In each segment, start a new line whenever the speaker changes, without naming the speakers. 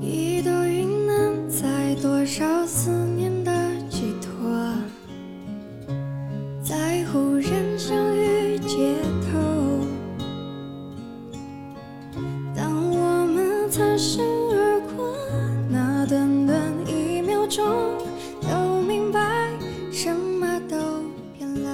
一朵云能载多少思念的寄托？在忽然相遇街头，当我们擦身而过，那短短一秒钟，都明白什么都变了。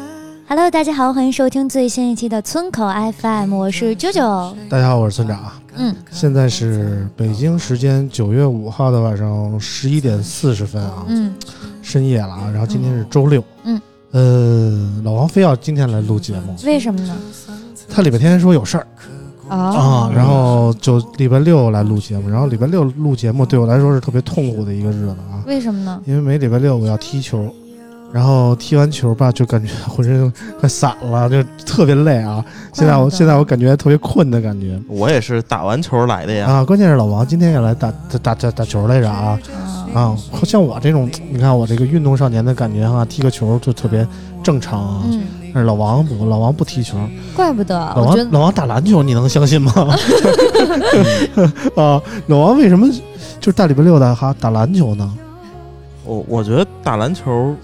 Hello，大家好，欢迎收听最新一期的村口 FM，我是啾啾。
大家好，我是村长啊。
嗯，
现在是北京时间九月五号的晚上十一点四十分啊，
嗯，
深夜了啊。然后今天是周六，
嗯，
呃，老王非要今天来录节目，
为什么呢？
他礼拜天说有事儿
哦
啊，然后就礼拜六来录节目，然后礼拜六录节目对我来说是特别痛苦的一个日子啊，
为什么呢？
因为每礼拜六我要踢球，然后踢完球吧就感觉浑身快散了，就特别累啊。现在我
怪不得
现在我感觉特别困的感觉
我也是打完球来的呀。
啊，关键是老王今天也来打打打打打球来着啊。
啊，
啊，像我这种，你看我这个运动少年的感觉哈、踢个球就特别正常啊。
嗯，
但是老王不，老王不踢球，
怪不得，
老
啊我
王
觉得
老王打篮球，你能相信吗？ 啊，老王为什么就是大礼拜六的哈打篮球呢？
我我觉得打篮球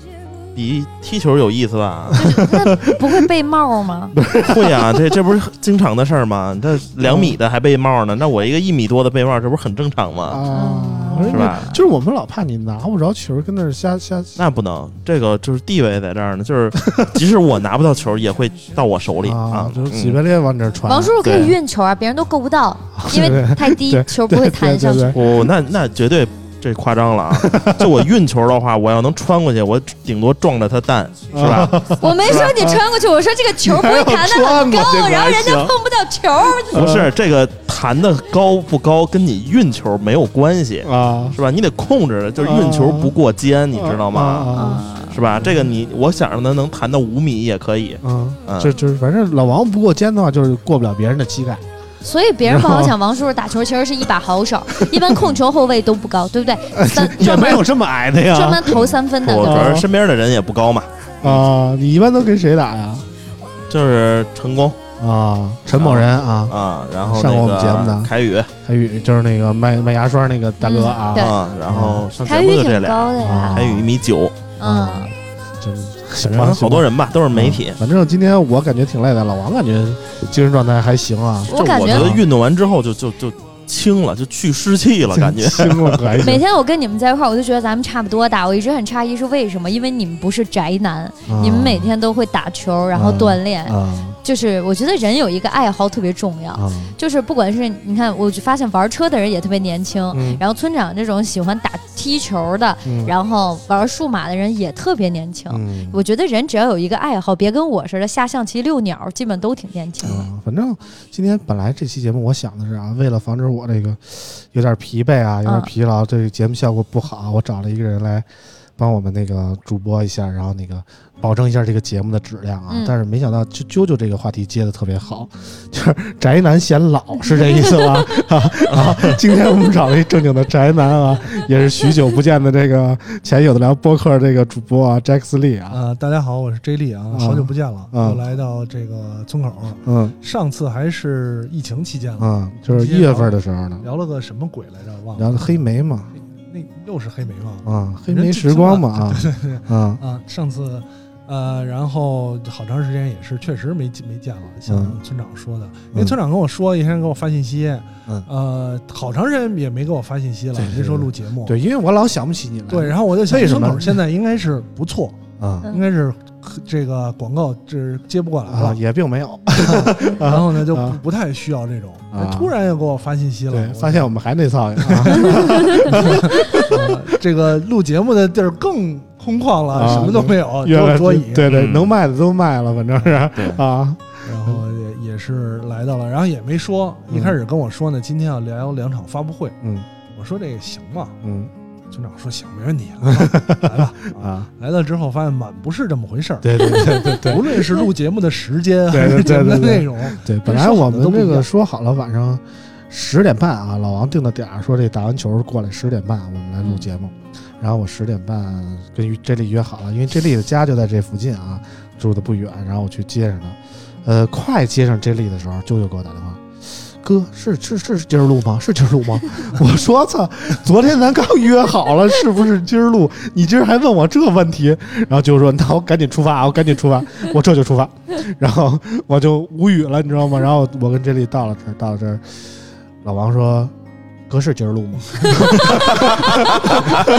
比踢球有意思吧？
不会被 帽吗？
会啊，这这不是经常的事儿吗？这两米的还被帽呢，那我一个一米多的被帽，这不是很正常吗？
啊，
嗯
是吧？
就是我们老怕你拿不着球，跟那儿瞎瞎
那不能，这个就是地位在这儿呢，就是即使我拿不到球，也会到我手里
啊
啊，。
就是
嗯
几百列往你这儿传。
王叔叔可以
对
运球啊，别人都够不 到，因为太低
对，
球不会弹上
对对
去。
我我那那绝对这夸张了啊！就我运球的话，我要能穿过去，我顶多撞着他蛋，是吧？
我没说你穿过去，我说这个球不会弹 得
还要穿
很高，
吗
然后人家
这个还行
碰不到球。
不是
嗯
这个弹的高不高，跟你运球没有关系。
啊，
是吧？你得控制，就是运球
嗯
不过肩，你知道吗？
啊
啊，
是吧？这个你，我想让它能弹到五米也可以。
啊啊！
嗯，
就就是反正老王不过肩的话，就是过不了别人的膝盖。
所以别人不好想，王叔叔打球其实是一把 好手，一般控球后卫都不高，对不对？三
也
专
没
门
有这么矮的呀。
专门投三
嗯
分的，
我
对
主
吧？
要是身边的人也不高嘛，
啊，你一般都跟谁打呀？
就是陈工
啊，陈某人啊，
啊，然后
上过我们节目
那
的
个凯宇
还有就是那个卖卖牙刷那个大哥啊
嗯对，
啊，然后上节
台
目
语
的这
挺
俩，
高的
啊
呀，
凯宇一米九，啊
嗯。
就是反
反
正
正好多人吧，都是媒体
嗯。反正今天我感觉挺累的，老王感觉精神状态还行啊，。
这
我感
我
觉
觉得运动完之后就就就轻了，就去湿气了，感觉
行了还
每
行。
天我跟你们在一块儿，我就觉得咱们差不多大。我一直很诧异是为什么，因为你们不是宅男，你们每天都会打球，然后锻炼。
啊
就是我觉得人有一个爱好特别重要，
啊，
就是不管是你看，我就发现玩车的人也特别年轻，
嗯
然后村长这种喜欢打踢球的，
嗯
然后玩数码的人也特别年轻。
嗯
我觉得人只要有一个爱好，别跟我似的下象棋、遛鸟，基本都挺年轻的。
啊，反正今天本来这期节目我想的是啊，为了防止我这个有点疲惫啊，有点
嗯
疲劳，这个节目效果不好，我找了一个人来帮我们那个主播一下，然后那个保证一下这个节目的质量啊。
嗯
但是没想到就啾啾这个话题接的特别好， 就是宅男显老是这意思吧？ 啊啊！今天我们找了一正经的宅男啊，也是许久不见的这个前有的聊播客这个主播啊，Jack Lee 啊，
啊、大家好，我是 J 莉啊，好久不见了，
嗯
又来到这个村口。
嗯
上次还是疫情期间了，
嗯，就是一月份的时候呢，
聊了个什么鬼来着？忘了。
然后黑莓嘛。
那又是黑莓吗？
啊，黑莓时光嘛啊，啊，
啊，上次，呃，然后好长时间也是确实没没见了，像
嗯
村长说的，因
嗯
为村长跟我说，一天给我发信息，
嗯
呃，好长时间也没给我发信息了
对对，对
没说录节目。
对，因为我老想不起你来，啊
对然后我就想，
为什么
村口现在应该是不错，
啊
嗯
应该是这个广告这接不过来
啊，
了，
也并没有。
然后呢就
啊
不不太需要这种。
啊
突然又给我发信息了，
对，
我
发现我们还内操啊，
呃这个录节目的地儿更空旷了，
啊
什么都没有，只
越来
有桌椅。
对对，
嗯
能卖的都卖了，反正是
对
啊，
然后也也是来到了，然后也没说，
嗯
一开始跟我说呢，今天要聊两场发布会，
嗯
我说这个行吗？
嗯
村长说行，没问题，来吧，来吧。
啊，
来了之后发现满不是这么回事儿，
对对对对对
无论是录节目的时间
对
还是
对对
节目的
对对
内容，
对，本来我们这个说好了晚上十点半啊，老王定的点儿，说这打完球过来十点半我们来录节目，然后我十点半跟这丽约好了，因为这丽的家就在这附近啊，住的不远，然后我去接上她，呃，快接上这丽的时候，舅舅给我打电话。哥，是是是今儿录吗？是今儿录吗？ 我说操，昨天咱刚约好了，是不是今儿录？你今儿还问我这问题？然后舅舅说，那我赶紧出发啊，我赶紧出发，我这就出发。 然后我就无语了，你知道吗？然后我跟这里到了这儿，到了这儿，老王说：“格是今儿录吗？”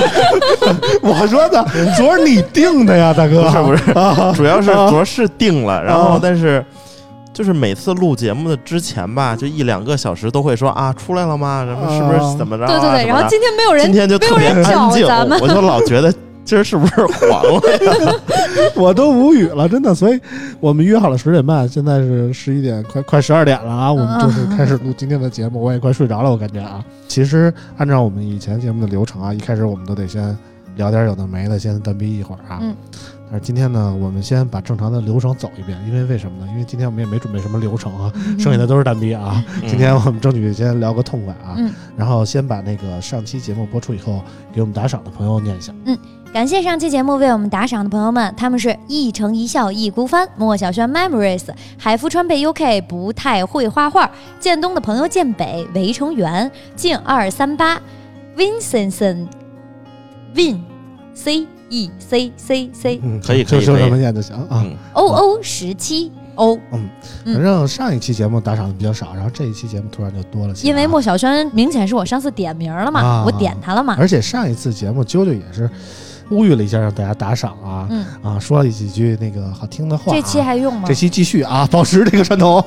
我说的，昨儿你定的呀，大哥，
不是不是
啊
主要是
啊
主要是定了，然后
啊
但是就是每次录节目的之前吧，就一两个小时都会说啊出来了吗？什么是不
啊
是怎么着啊？
对对对，
怎么着
然后今天没有人
今，天就特别
没有人找
安静
咱们，
我就老觉得今儿是不是黄了？
我都无语了，真的。所以我们约好了十点半，现在是十一点，快快十二点了
嗯
啊！我们就是开始录今天的节目，我也快睡着了，我感觉啊。其实按照我们以前节目的流程啊，一开始我们都得先聊点有的没的，先单逼一会儿啊。
嗯
但是今天呢，我们先把正常的流程走一遍，因为为什么呢？因为今天我们也没准备什么流程啊，
嗯
剩下的都是单逼啊。
嗯
今天我们争取先聊个痛快啊，
嗯
然后先把那个上期节目播出以后给我们打赏的朋友念一下。
感谢上期节目为我们打赏的朋友们，他们是一城一笑一孤帆、莫小轩 Memories、海福川贝 UK 不太会画画、建东的朋友建北、围城源、进二三八、Vincentson、Win C E C C C
嗯，
可以
就
可以
就
可以
这么念就行啊。
嗯
O O 十七 O，嗯
反正上一期节目打赏的比较少，然后这一期节目突然就多了起来
因为莫小轩明显是我上次点名了嘛，
啊
我点他了嘛，
而且上一次节目啾啾也是呼吁了一下让大家打赏啊、
嗯，
啊，说了几句那个好听的话啊、
这期还用吗
这？期继续啊，保持这个传 统。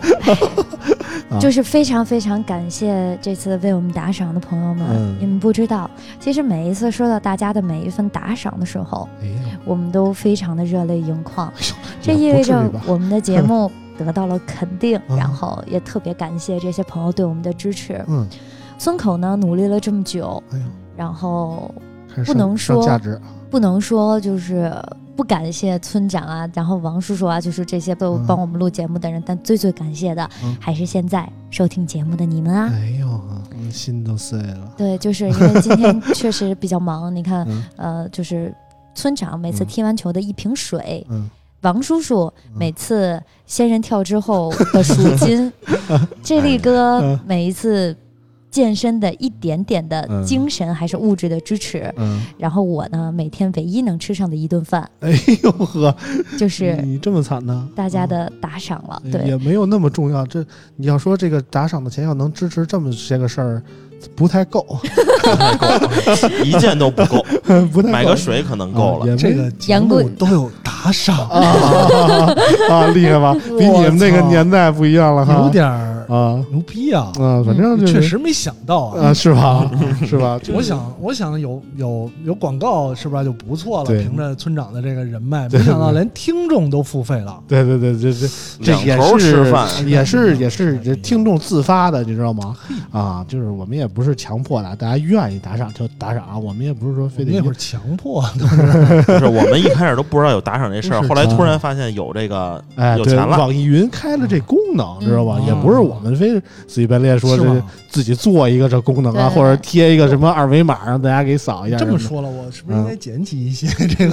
啊
就是非常非常感谢这次为我们打赏的朋友们，
嗯
你们不知道，其实每一次收到大家的每一份打赏的时候，
哎呀，
我们都非常的热泪盈眶，这
也
意
不
味
至于
着
吧
我们的节 目得到了肯定，
嗯
然后也特别感谢这些朋友对我们的支持。
嗯，
孙口呢努力了这么久，
哎呦，
然后
开始上
不
上
能说
价值啊，
不能说就是不感谢村长啊，然后王叔叔啊，就是这些都
嗯
帮我们录节目的人，但最最感谢的
嗯
还是现在收听节目的你们啊。
哎呦啊，嗯心都碎了。
对，就是因为今 天确实比较忙，你看，
嗯
呃，就是村长每次
嗯
踢完球的一瓶水，
嗯，
王叔叔
嗯
每次仙人跳之后的赎 金，这力哥
嗯
每一次健身的一点点的
嗯
精神还是物质的支持，
嗯，
然后我呢每天唯一能吃上的一顿饭
哎呦呵，
就是
你这么惨呢？
大家的打赏了，
嗯、
对。
也没有那么重要。这你要说这个打赏的钱要能支持这么些个事儿，不太够，
一件都不 够，
不太够
买个水可能够
啊
了。
也没
这个节
杨
目
贵
都有打赏，
啊啊， 厉害吧？比你们那个年代不一样了哈，
有点儿
啊
牛逼啊！
啊，反正就是
确实没想到啊
啊，。是吧？
嗯
是吧？
我想，我想有有有广告是吧就不错了，
对
凭着村长的这个人脉，
对
没想到
对
连听众都付费了。
对对对，这这这
两
也
头
是
吃 饭，
也是也是这听众自发的，你知道吗？啊，就是我们也不是强迫的，大家愿意打赏就打赏，啊我们也不是说
我
非
们
得
那会儿强迫
不是我们一开始都不知道有打赏这事儿
不，是
后来突然发现有这个
哎，
有
对，
钱了
网易云开了这功能，知道吧？
嗯
也不是我们非死乞白赖 说
是
这
吗？
自己做一个这功能啊，
对对
或者贴一个什么二维码让大家嗯给扫一下。
这么说了，我是不是应该捡起一些这
啊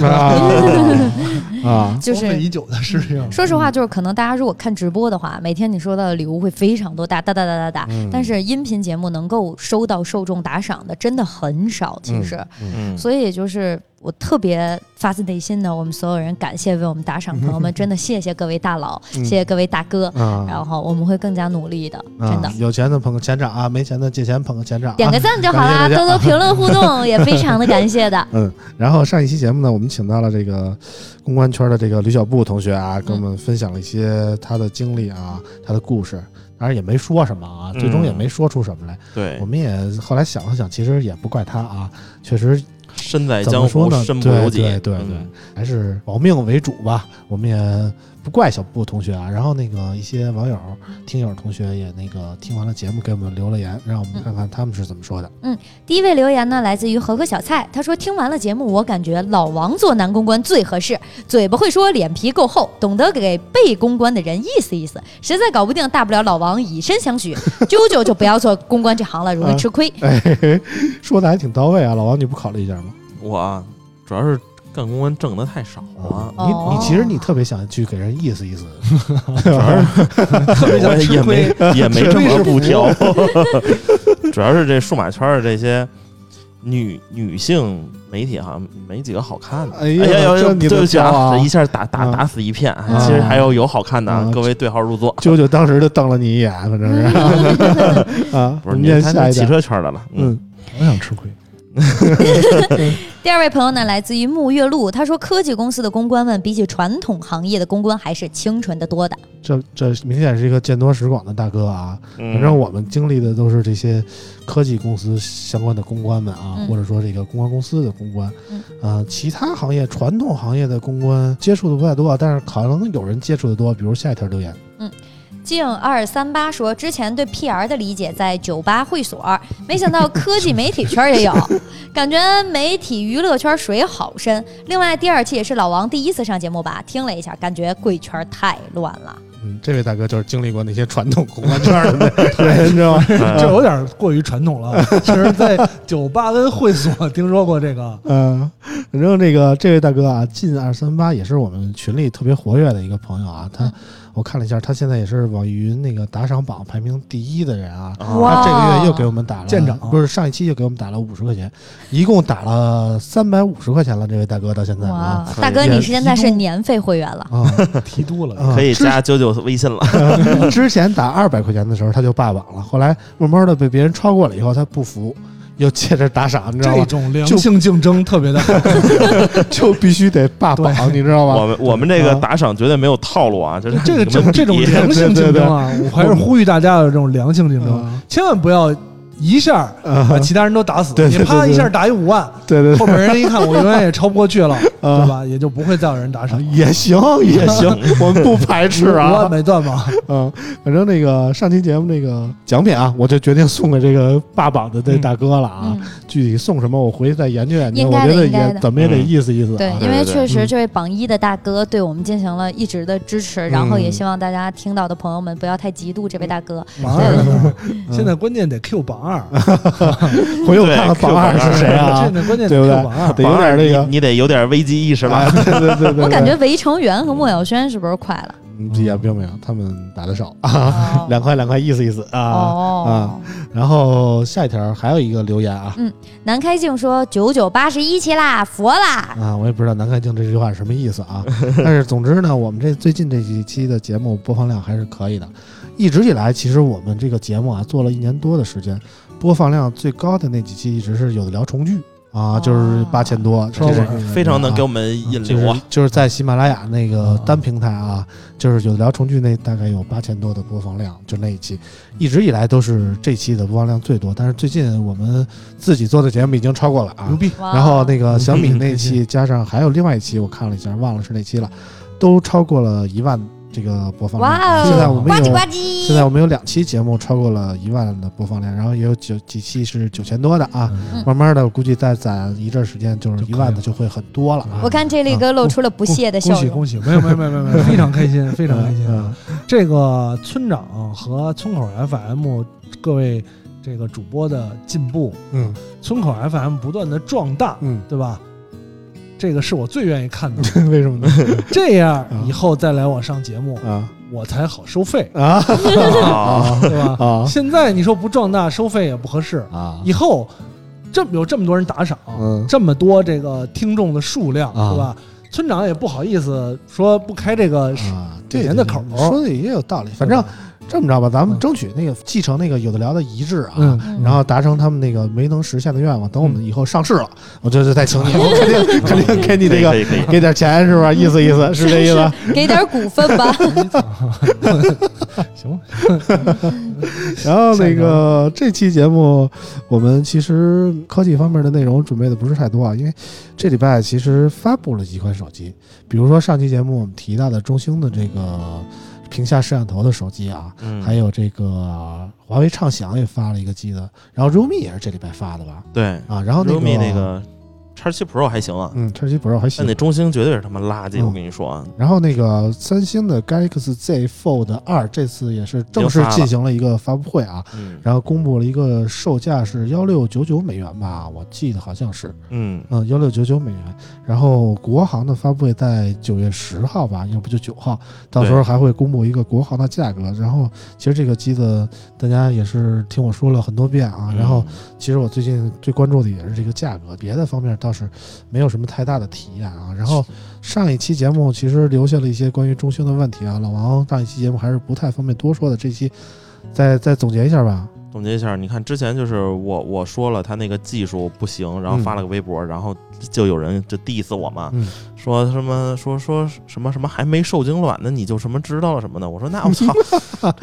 个
啊，
就
荒废
是
已久的事情？
说
嗯
实话，就是可能大家如果看直播的话，每天你收到的礼物会非常多，哒哒哒哒哒哒。
嗯
但是音频 节目能够收到受众打赏的真的很少，其实，
嗯，
所以就是我特别发自内心的，我们所有人感谢为我们打赏的朋 友们，真的谢谢各位大佬，
嗯
谢谢各位大哥，
啊，
嗯然后我们会更加努力的，真的。
啊有钱的捧个钱场啊，没钱的借钱捧个钱场啊。
点个赞就好
感
啦，
谢大家
多多评论 互动，也非常的感谢的。
嗯，然后上一期节目呢，我们请到了这个公关圈的这个吕小布同学啊，
嗯
跟我们分享了一些他的经历啊，他的故事，当然也没说什么啊，
嗯
最终也没说出什么来。
对
我，们也后来想了想，其实也不怪他啊，确实
身在
怎
江
么说
湖
呢，
身不由己，
对对对对
嗯
还是保命为主吧。我们也不怪小布同学啊。然后那个一些网友、听友同学也那个听完了节目给我们留了言，让我们看看他们是怎么说
嗯
的。
第一位留言呢，来自于合格小菜，他说听完了节目，我感觉老王做男公关最合适，嘴巴会说，脸皮够厚，懂得给被公关的人意思意思。实在搞不定，大不了老王以身相许，啾啾就不要做公关这行了，容易吃亏。
哎，嘿嘿说的还挺到位啊，老王你不考虑一下吗？
我啊主要是干公关挣的太少 了，
你
哦
你其实你特别想去给人意思意思，
主要是
嗯
特别想
我
吃
也没
亏，
也没
吃
这
亏
么
是
不
福
挑， 主要是这数码圈的这些女女性媒体好像没几个好看的。
哎呀
呀呀
这
呀！
你
对不
都
起
挑啊
这一下打打
啊
打死一片
啊。
其实还有有好看的啊
啊，
各位对号入座。
啾啾当时就瞪了你一眼，反正是 啊。
嗯不
我
是
们
你
念
看
下
那
一
汽
点，
车圈的了，嗯，
嗯，
我想吃亏。
第二位朋友呢，来自于沐月露，他说科技公司的公关们比起传统行业的公关还是清纯的多的。
这这明显是一个见多识广的大哥啊。
反
反正 我们经历的都是这些科技公司相关的公关们啊，
嗯
或者说这个公关公司的公关，
嗯
呃，其他行业传统行业的公关接触的不太多，啊，但是可能有人接触的多，比如下一条留言，
静二三八说，之前对 PR 的理解在酒吧、会所，没想到科技媒体圈儿也 有，感觉媒体娱乐圈水好深。另外，第二期也是老王第一次上节目吧，听了一下，感觉贵圈儿太乱了。
嗯，这位大哥就是经历过那些传统公关圈儿的人，你知道吗？
这有点过于传统了 啊。其实，在酒吧跟会所听说过这个，
嗯，反正这个这位大哥啊，进二三八也是我们群里特别活跃的一个朋友啊，他
嗯
我看了一下，他现在也是网易云那个打赏榜排名第一的人啊，他
哇
这个月又给我们打了，
舰长
不是上一期又给我们打了五十块钱，一共打了三百五十块钱了。这位大哥到现在
哇
啊，
大哥，你是现在是年费会员了。
啊，
提督了。
啊
可以
之
加九九微信了。
之前打二百块钱的时候他就霸榜了，后来慢慢的被别人超过了以后，他不服，又接着打赏，你知道
这
吗？
种良性竞争特别的好，
就必须得霸榜，你知道
我
吗？
们我们这个
啊哎
打赏绝对没有套路啊，就是
这个这这种良 性竞 争啊，我还是呼吁大家有这种良性竞争，
啊
千万不要一下把
啊，
其他人都打死。
对对
你
对
啪
对
一下打一五万，
对对
后边人一看我永远也超不过去 了，
对
对
啊，
吧？也就不会再有人打赏。
也行也行， 我们不排斥
五
啊
万。没断嘛，
嗯，反正那个上期节目那个奖品啊，我就决定送给这个霸榜的这大哥了啊。
嗯，
具体送什么，我回去再研究研究。
应
我觉
该的
得
应该
也
的
怎么也得
嗯
意思意思
对
啊。，
因为
对对
确实
嗯
这位榜一的大哥对我们进行了一直的支持，然后也希望大家听到的朋友们不要太嫉妒这位大哥。
嗯
榜二呢，现在关键得 Q 榜二，
回头我看看
对
榜二
Q 榜二
是谁啊
现？在关键
对
得
不对
Q 榜二。
得有点那个
你，你得有点危机意识
哎
吧？
对对对对，
我
对
感觉围城员和莫小轩是不是快了？
嗯也并没有，他们打的少啊，
哦
两块两块意思意思啊。
哦，
然后下一条还有一个留言啊
南开静说九九八十一期啦，佛啦。
啊，我也不知道南开镜这句话是什么意思 啊，但是总之呢，我们这最近这几期的节目播放量还是可以的。一直以来，其实我们这个节目啊做了一年多的时间，播放量最高的那几期一直是有的聊重聚啊，就是
哦
八千多，
说
这是
吧
非常能
啊
给我们引流啊！
就是在喜马拉雅那个
啊
单平台啊，就是有的聊重聚那大概有八千多的播放量，就那一期，一直以来都是这期的播放量最多。但是最近我们自己做的节目已经超过了啊
牛，逼！啊
哇
然后那个小米那 期加上还有另外一期，我看了一下，忘了是哪期了，都超过了一万这个播放量
哇
啊。
哦，
现在我们
呱唧
有
呱唧，
现在我们有两期节目超过了一万的播放量，然后也有九几期是九千多的啊。
嗯
慢慢的，我估计再攒一阵儿时间，就是
就
一
可以
万的
了
就会很多了啊。
我看这力哥露出了不屑的
恭
笑
喜
容。
恭喜！没有没有没有没有没有，非常开心，非常开心。
嗯，
这个村长和村口 FM 各位这个主播的进步，
嗯
村口 FM 不断的壮大，
嗯，
对吧？这个是我最愿意看的。
嗯为什么呢？
这样
啊
以后再来我上节目，
啊，
我才好收费
啊
啊
对吧？
啊
现在你说不壮大收费也不合适，
啊！
以后这么有这么多人打赏，
嗯
这么多这个听众的数量，
啊
对吧？村长也不好意思说不开这个，啊
啊，对，
年的口
对对说的也有道理。反正这么着吧，咱们争取那个继承那个有的聊的一致啊，
嗯，
嗯
然后达成他们那个没能实现的愿望。等我们以后上市了，我这就再请你，我肯定肯定给你这
可
个
以可以可以，
给点钱是吧？意思意思是这意思。
给点股份吧。
行吧，
然后那个这期节目，我们其实科技方面的内容准备的不是太多啊，因为这礼拜其实发布了几款手机，比如说上期节目我们提到的中兴的这个屏下摄像头的手机啊，
嗯，
还有这个华为畅享也发了一个机子，然后 realme 也是这礼拜发的吧？
对，
啊，然后那个
realme 那个叉七 Pro 还行啊，
嗯，叉七 Pro 还
但那
行。
中兴绝对是他妈垃圾，
嗯
我跟你说啊，
然后那个三星的 Galaxy Z Fold 二这次也是正
已经
式
发了
进行了一个发布会啊，
嗯
然后公布了一个售价是幺六九九美元吧，我记得好像是，
嗯，
嗯，幺六九九美元。然后国行的发布会在九月十号吧，要不就九号，到时候还会公布一个国行的价格。然后其实这个机子大家也是听我说了很多遍啊，
嗯
然后其实我最近最关注的也是这个价格，别的方面倒是没有什么太大的体验啊。然后上一期节目其实留下了一些关于中兴的问题啊，老王上一期节目还是不太方便多说的，这期再再总结一下吧。
嗯总结一下，你看之前就是我我说了他那个技术不行，然后发了个微博，然后就有人就 diss 我嘛，
嗯
说什么说说什么什么还没受精卵呢，你就什么知道了什么的，我说那 我操，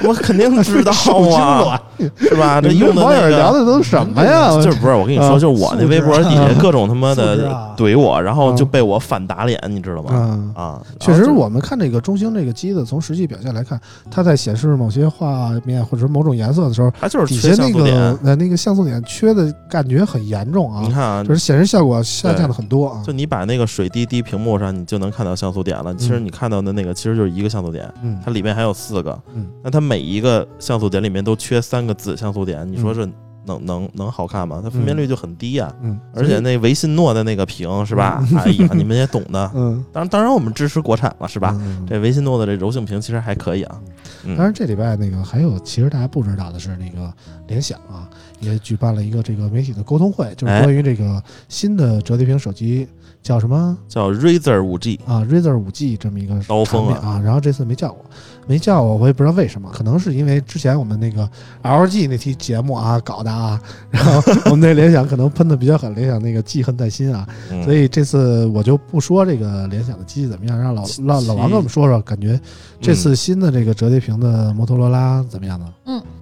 我肯定 知道
受精
啊，
卵，
是吧？这
你们
用的
网
那
友聊
个。
的都什么呀？
就是不是我跟你
啊
说，就是我那微博底下各种他妈
素质
的
啊
怼我，然后
嗯
就被我反打脸，你知道吗？
嗯。
啊，然后
确实，
就
我们看这个中兴这个机子，从实际表现来看，它在显示某些画面或者是某种颜色的时候，
它就是
底下
缺像
那
素
个
点。
呃那个像素点缺的感觉很严重啊
你，看啊
就，是显示效果下降了很多啊
就。你把那个水滴滴屏幕上，你就能看到像素点了。其实你看到的那个其实就是一个像素点，
嗯
它里面还有四个
嗯。
那它每一个像素点里面都缺三个子像素点，你说这能能能好看吗？它分辨率就很低呀。
嗯，
而且那维信诺的那个屏是吧？哎 呀，你们也懂的。
嗯，
当然，当然我们支持国产了是
是
吧？？
嗯
这维信诺的这柔性屏其实还可以啊。嗯
当然，这礼拜那个还有，其实大家不知道的是，那个联想啊，也举办了一个这个媒体的沟通会，就是
哎
关于这个新的折叠屏手机叫什么
叫 Razer 5G，
啊，Razer 五 G 这么一个
刀锋啊
产品啊，然后这次没叫我，没叫我，我也不知道为什么，可能是因为之前我们那个 LG 那期节目啊搞的啊， 然后我们那联想可能喷的比较狠，联想那个记恨在心啊，
嗯
所以这次我就不说这个联想的机器怎么样，让老老老王跟我们说说，感觉
嗯
这次新的这个折叠屏的摩托罗拉怎么样呢？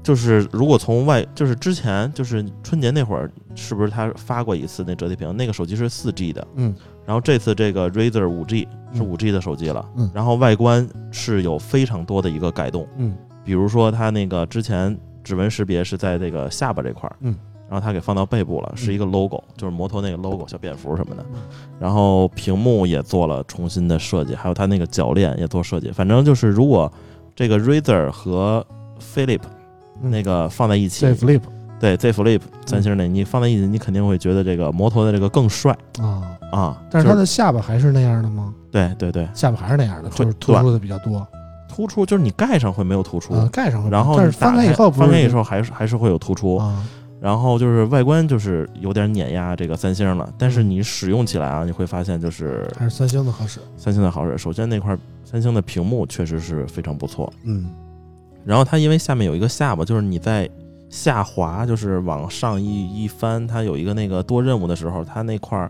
就是如果从外，就是之前就是春节那会儿，是不是他发过一次那折叠屏？那个手机是四 G 的，
嗯，
然后这次这个 Razer 五 G 是
嗯
五 G 的手机了，
嗯
然后外观是有非常多的一个改动，
嗯，
比如说它那个之前指纹识别是在这个下巴这块儿，
嗯，
然后它给放到背部了，是一个 logo，、就是摩托那个 logo 小蝙蝠什么的，然后屏幕也做了重新的设计，还有它那个铰链也做设计，反正就是如果这个 Razer 和 Philip
嗯
那个放在一起，
这 Flip
对 Z Flip 三星那，你放在一起，你肯定会觉得这个摩托的这个更帅
啊，
啊。
但是它
就
的下巴还是那样的吗？
对对对
下巴还是那样的，
会
就是突出的比较多，
突出，就是你盖上会没有突出，
嗯，盖上会比较，
然后
但
你
是翻
打
开以
开
后不是
翻开以后还是还是会有突出，
啊，
然后就是外观就是有点碾压这个三星了，但
嗯
是你使用起来啊，你会发现就是
还是三星的合适，
三星的好使。首先那块三星的屏幕确实是非常不错，
嗯。
然后它因为下面有一个下巴，就是你在下滑，就是往上一一翻，它有一个那个多任务的时候，它那块儿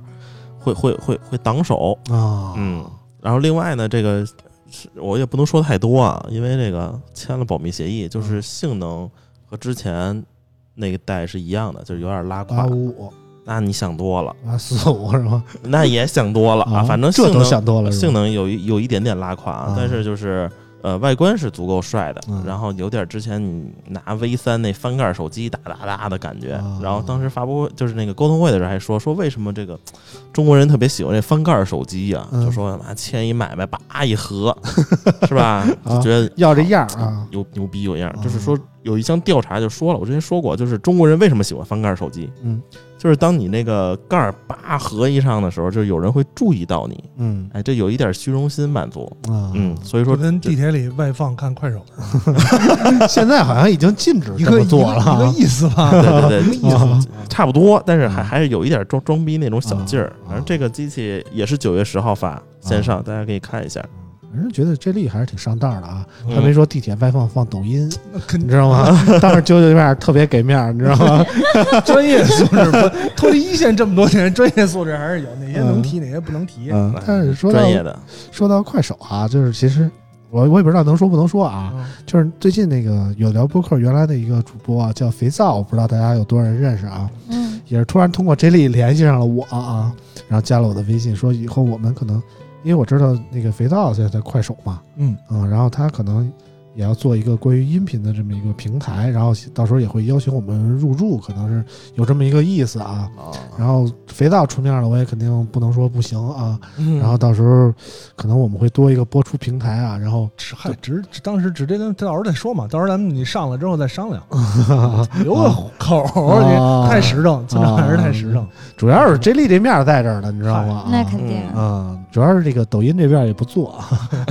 会会会会挡手，
啊，
嗯，然后另外呢，这个是我也不能说太多啊，因为这个签了保密协议，就是性能和之前那一代是一样的，就是有点拉
八
胯。
五五
那你想多了，
啊，四五是吗？
那也想多了啊，反正性
这都
能
想多了，
性能有一有一点点拉胯啊
哎啊，
但是就是。呃，外观是足够帅的，
嗯
然后有点之前你拿 V 三那翻盖手机打打打的感觉。
啊
然后当时发布会就是那个沟通会的时候还说说为什么这个中国人特别喜欢这翻盖手机呀、
嗯
就说妈签一买卖叭一合， 是吧？就觉得
要这样儿啊，
牛牛逼有样儿。
啊
就是说有一项调查就说了，我之前说过，就是中国人为什么喜欢翻盖手机？
嗯，
就是当你那个盖儿叭合一上的时候，就有人会注意到你，
嗯
哎，这有一点虚荣心满足，
啊，
嗯，所以
就
说
跟地铁里外放看快手
现在好像已经禁止
一
这
个
么做了
一个一
啊
个，意思 吧？
对对对， 意思
啊
差不多，但是还
嗯
还是有一点装装逼那种小劲儿
啊。
反正这个机器也是九月十号发线上，大家可以看一下。
人家觉得这力还是挺上道的啊。
嗯
他没说地铁外放放抖音，
那肯
你知道吗？ 当时啾啾有点特别给面儿，你知道 吗？
专业素质不脱离一线这么多年，专业素质还是有，哪些能提，哪些不能提。
嗯，但是说到
专业的，
说到快手啊，就是其实我我也不知道能说不能说啊，
嗯
就是最近那个有聊播客原来的一个主播啊，叫肥皂，我不知道大家有多少人认识啊，
嗯
也是突然通过 J 莉联系上了我啊，然后加了我的微信，说以后我们可能，因为我知道那个肥皂现在在快手嘛，
嗯
啊、然后他可能。也要做一个关于音频的这么一个平台，然后到时候也会邀请我们入驻，可能是有这么一个意思啊。然后肥皂出面了，我也肯定不能说不行啊。
嗯
然后到时候可能我们会多一个播出平台啊，然后
只嗨，直当时直接跟到时候再说嘛，到时候咱们你上了之后再商 量，留个口儿，
啊
你太实诚，村长还是太实诚。
主要是 J 莉这面儿在这儿呢，你知道吗？
那肯定。
嗯
啊，主要是这个抖音这边儿也不做，啊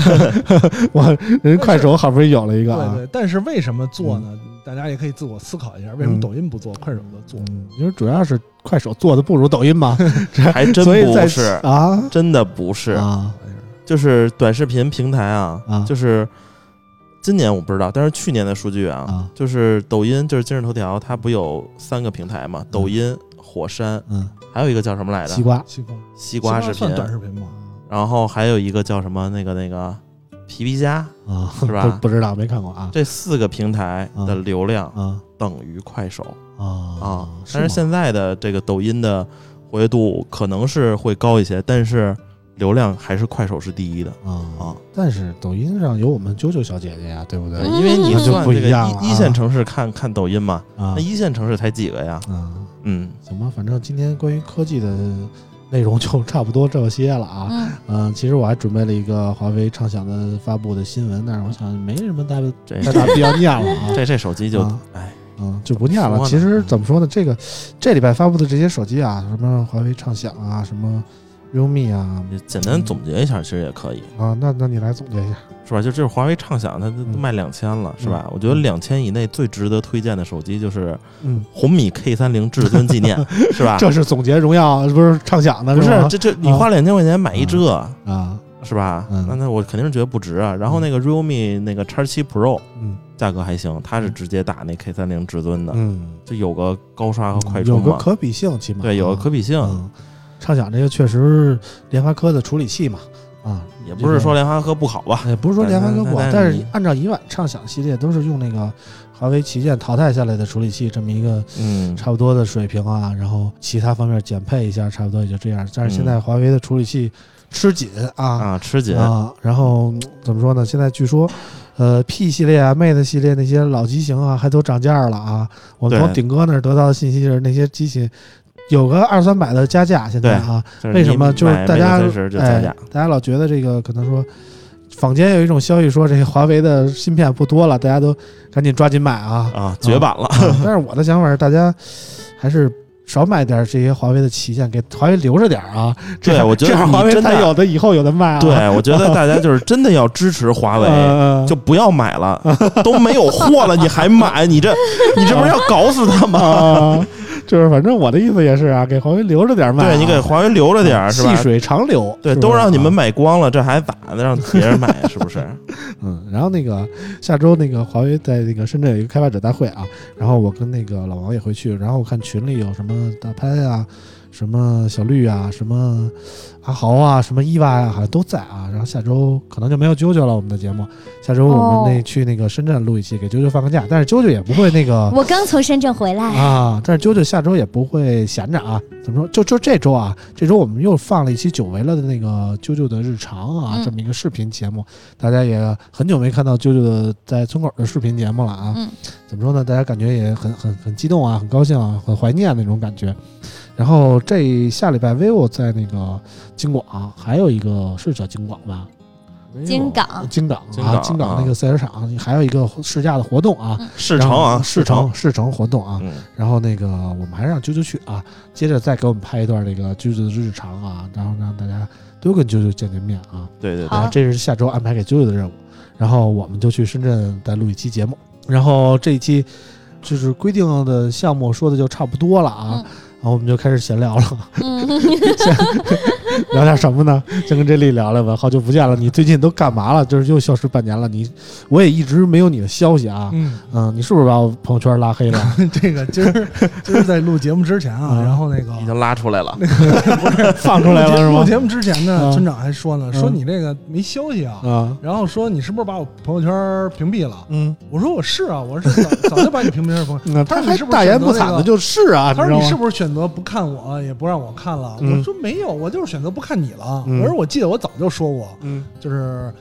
我人家快手好不容易有了一个
对
啊，嗯
对，但是为什么做呢？大家也可以自我思考一下，为什么抖音不做，快手就做？
嗯，因为主要是快手做的不如抖音嘛，
还真
所以在
不是，
啊
真的不是，
啊
就是短视频平台啊
啊，
就是今年我不知道，但是去年的数据啊，
啊
就是抖音，就是今日头条，它不有三个平台嘛？抖音、火山，
嗯，
还有一个叫什么来
西
着？
瓜
西瓜，
西瓜视频
算，短视频吗？
然后还有一个叫什么那个那个皮皮虾，
啊
是吧
不不知道没看过啊
这四个平台的流量
啊
等于快手
啊
啊，
是
但是
吗
现在的这个抖音的活跃度可能是会高一些，但是流量还是快手是第一的。
啊
啊，
但是抖音上有我们啾啾小姐姐呀，对不对
对，？因为你
那就
算
不
这
一
个
样了
一一线城市看看抖音嘛，
啊
那一线城市才几个哎呀？
啊。
嗯，
行吧，反正今天关于科技的内容就差不多这些了啊。
嗯，
嗯、其实我还准备了一个华为畅享的发布的新闻，但是我想没什么大
这
太大必要念了啊。
这这手机就
啊
哎，
嗯，就不念了。
说呢
其实怎么说呢，这个这礼拜发布的这些手机啊，什么华为畅享啊，什么 realme 啊，
你简单总结一下，其实也可以，
啊，那那你来总结一下。
是吧？就就是华为畅享，它都
嗯
卖两千了，是吧？我觉得两千以内最值得推荐的手机就是
嗯，
红米 K 三零至尊纪念， 是吧？
这是总结荣耀不是畅享的
不是
吗？
这这你花两千块钱买一这，
啊，
是吧？
嗯
那那我肯定是觉得不值啊。然后那个 realme 那个叉七 Pro
嗯
价格还行，它是直接打那 K 三零至尊的，
嗯，
就有个高刷和快
有
充
个
嘛，
可比性，起码
对，有个
啊
可比性，
嗯，畅想这个确实联发科的处理器嘛，啊，
也不是说联发科不好吧？
也不是说联发科不好，
啊但
但
但
是按照以往畅想系列都是用那个华为旗舰淘汰下来的处理器这么一个
嗯，
差不多的水平啊，然后其他方面减配一下，差不多也就这样。但是现在华为的处理器吃紧啊
嗯啊，吃紧，
啊，然后嗯怎么说呢？现在据说。呃，P 系列啊，Mate 系列那些老机型啊，还都涨价了啊。我们
对
从顶哥那儿得到的信息是，那些机器有个二三百的加价，现在
对
啊，
就是
为什么
你
就是
买
大家
Mate 30就加
哎
价，，
大家老觉得这个可能说，坊间有一种消息说这个华为的芯片不多了，大家都赶紧抓紧买啊。
啊，绝版了，
啊但是我的想法是，大家还是少买点这些华为的旗舰，给华为留着点儿啊。这样
对我觉得
这样
你
华为
真的
才有的以后有的卖啊。
对我觉得大家就是真的要支持华为。
呃，
就不要买了，都没有货了，你还买？你这，你这不是要搞死 他吗？
啊，就是反正我的意思也是啊，给华为留着点儿卖啊。
对你给华为留着点儿是吧
啊细？水长流，
对，
是不是
都让你
啊
们买光了，这还咋的让别人买？是不是？
嗯，然后那个下周那个华为在那个深圳有一个开发者大会啊，然后我跟那个老王也会去，然后我看群里有什么大潘啊，什么小绿啊，什么阿豪啊，什么伊娃呀，好像都在啊。然后下周可能就没有啾啾了，我们的节目下周我们那、
哦
去那个深圳录一期，给啾啾放个假，但是啾啾也不会那 个。
我刚从深圳回来，
啊，但是啾啾下周也不会闲着啊。怎么说？就就这周啊，这周我们又放了一期久违了的那个啾啾的日常啊，
嗯
这么一个视频节目，大家也很久没看到啾啾的在村口的视频节目了啊。
嗯
怎么说呢？大家感觉也很很很激动啊，很高兴啊，很怀念那种感觉。然后这下礼拜 vivo 在那个京广、还有一个是叫京广吧，
金港
京港
京
啊，
港
京港那个赛车场还有一个试驾的活动啊，
试乘
然
啊，
后试
乘
乘，试乘活动啊。
嗯，
然后那个我们还是让啾啾去啊，接着再给我们拍一段这个啾啾的日常啊，然后让大家都跟啾啾见见面啊。
对对对
好，
啊，这是下周安排给啾啾的任务，然后我们就去深圳再录一期节目。然后这一期就是规定的项目说的就差不多了啊，
嗯
然后我们就开始闲聊了，
嗯，
聊点什么呢？先跟这丽聊聊吧，好久不见了，你最近都干嘛了？就是又消失半年了，你我也一直没有你的消息啊。
嗯，
嗯，你是不是把我朋友圈拉黑 了？
这个今儿今儿在录节目之前啊，
嗯
然后那个
已经拉出来了，
放出来了是
录
吗？
节目之前呢，
嗯
村长还说呢，
嗯
说你这个没消息啊。
啊，
然后说你是不是把我朋友圈屏蔽了？
嗯，
我说我是啊，我是早早就把你屏蔽成朋友。
那他
他
还
说你嗯是不是
大言
选择
不
那
惭的
个
就是啊，
他
知
说
道
你是
吗？
不是选择不看我，也不让我看了？
嗯
我说没有，我就是选择不看你了。
嗯
我说我记得我早就说过，
嗯
就是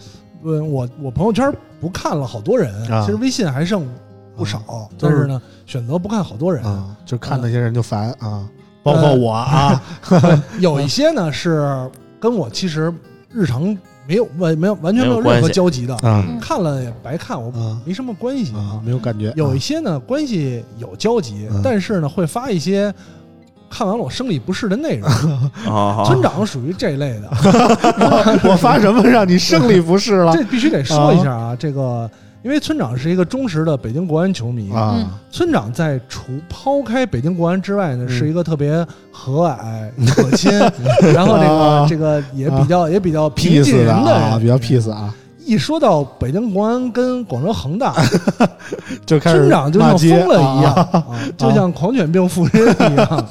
嗯，我我朋友圈不看了好多人，
啊嗯
其实微信还剩不少，但是呢，选择不看好多人。
啊，就看那些人就烦啊，包括我啊，
有一些呢是跟我其实日常没有完没有完全没有任何交集的，
啊
嗯
看了也白看，我
啊
没什么关系
啊，没有感觉，
嗯有一些呢关系有交集
嗯，
但是呢会发一些。看完了我生理不适的 内容，
好好
村长属于这一类的，
我发什么让你胜利不是了
这必须得说一下啊。这个，因为村长是一个忠实的北京国安球迷，
啊？
村长在除抛开北京国安之外呢，
嗯
是一个特别和蔼可亲， 然后这
啊
个这个也比较也比较平
peace
易近
的
人
啊，
人
比较 peace 啊，
一说到北京国安跟广州恒大，
就开始
村长就像
骂街
疯了一 样，啊就像狂犬病附身一样。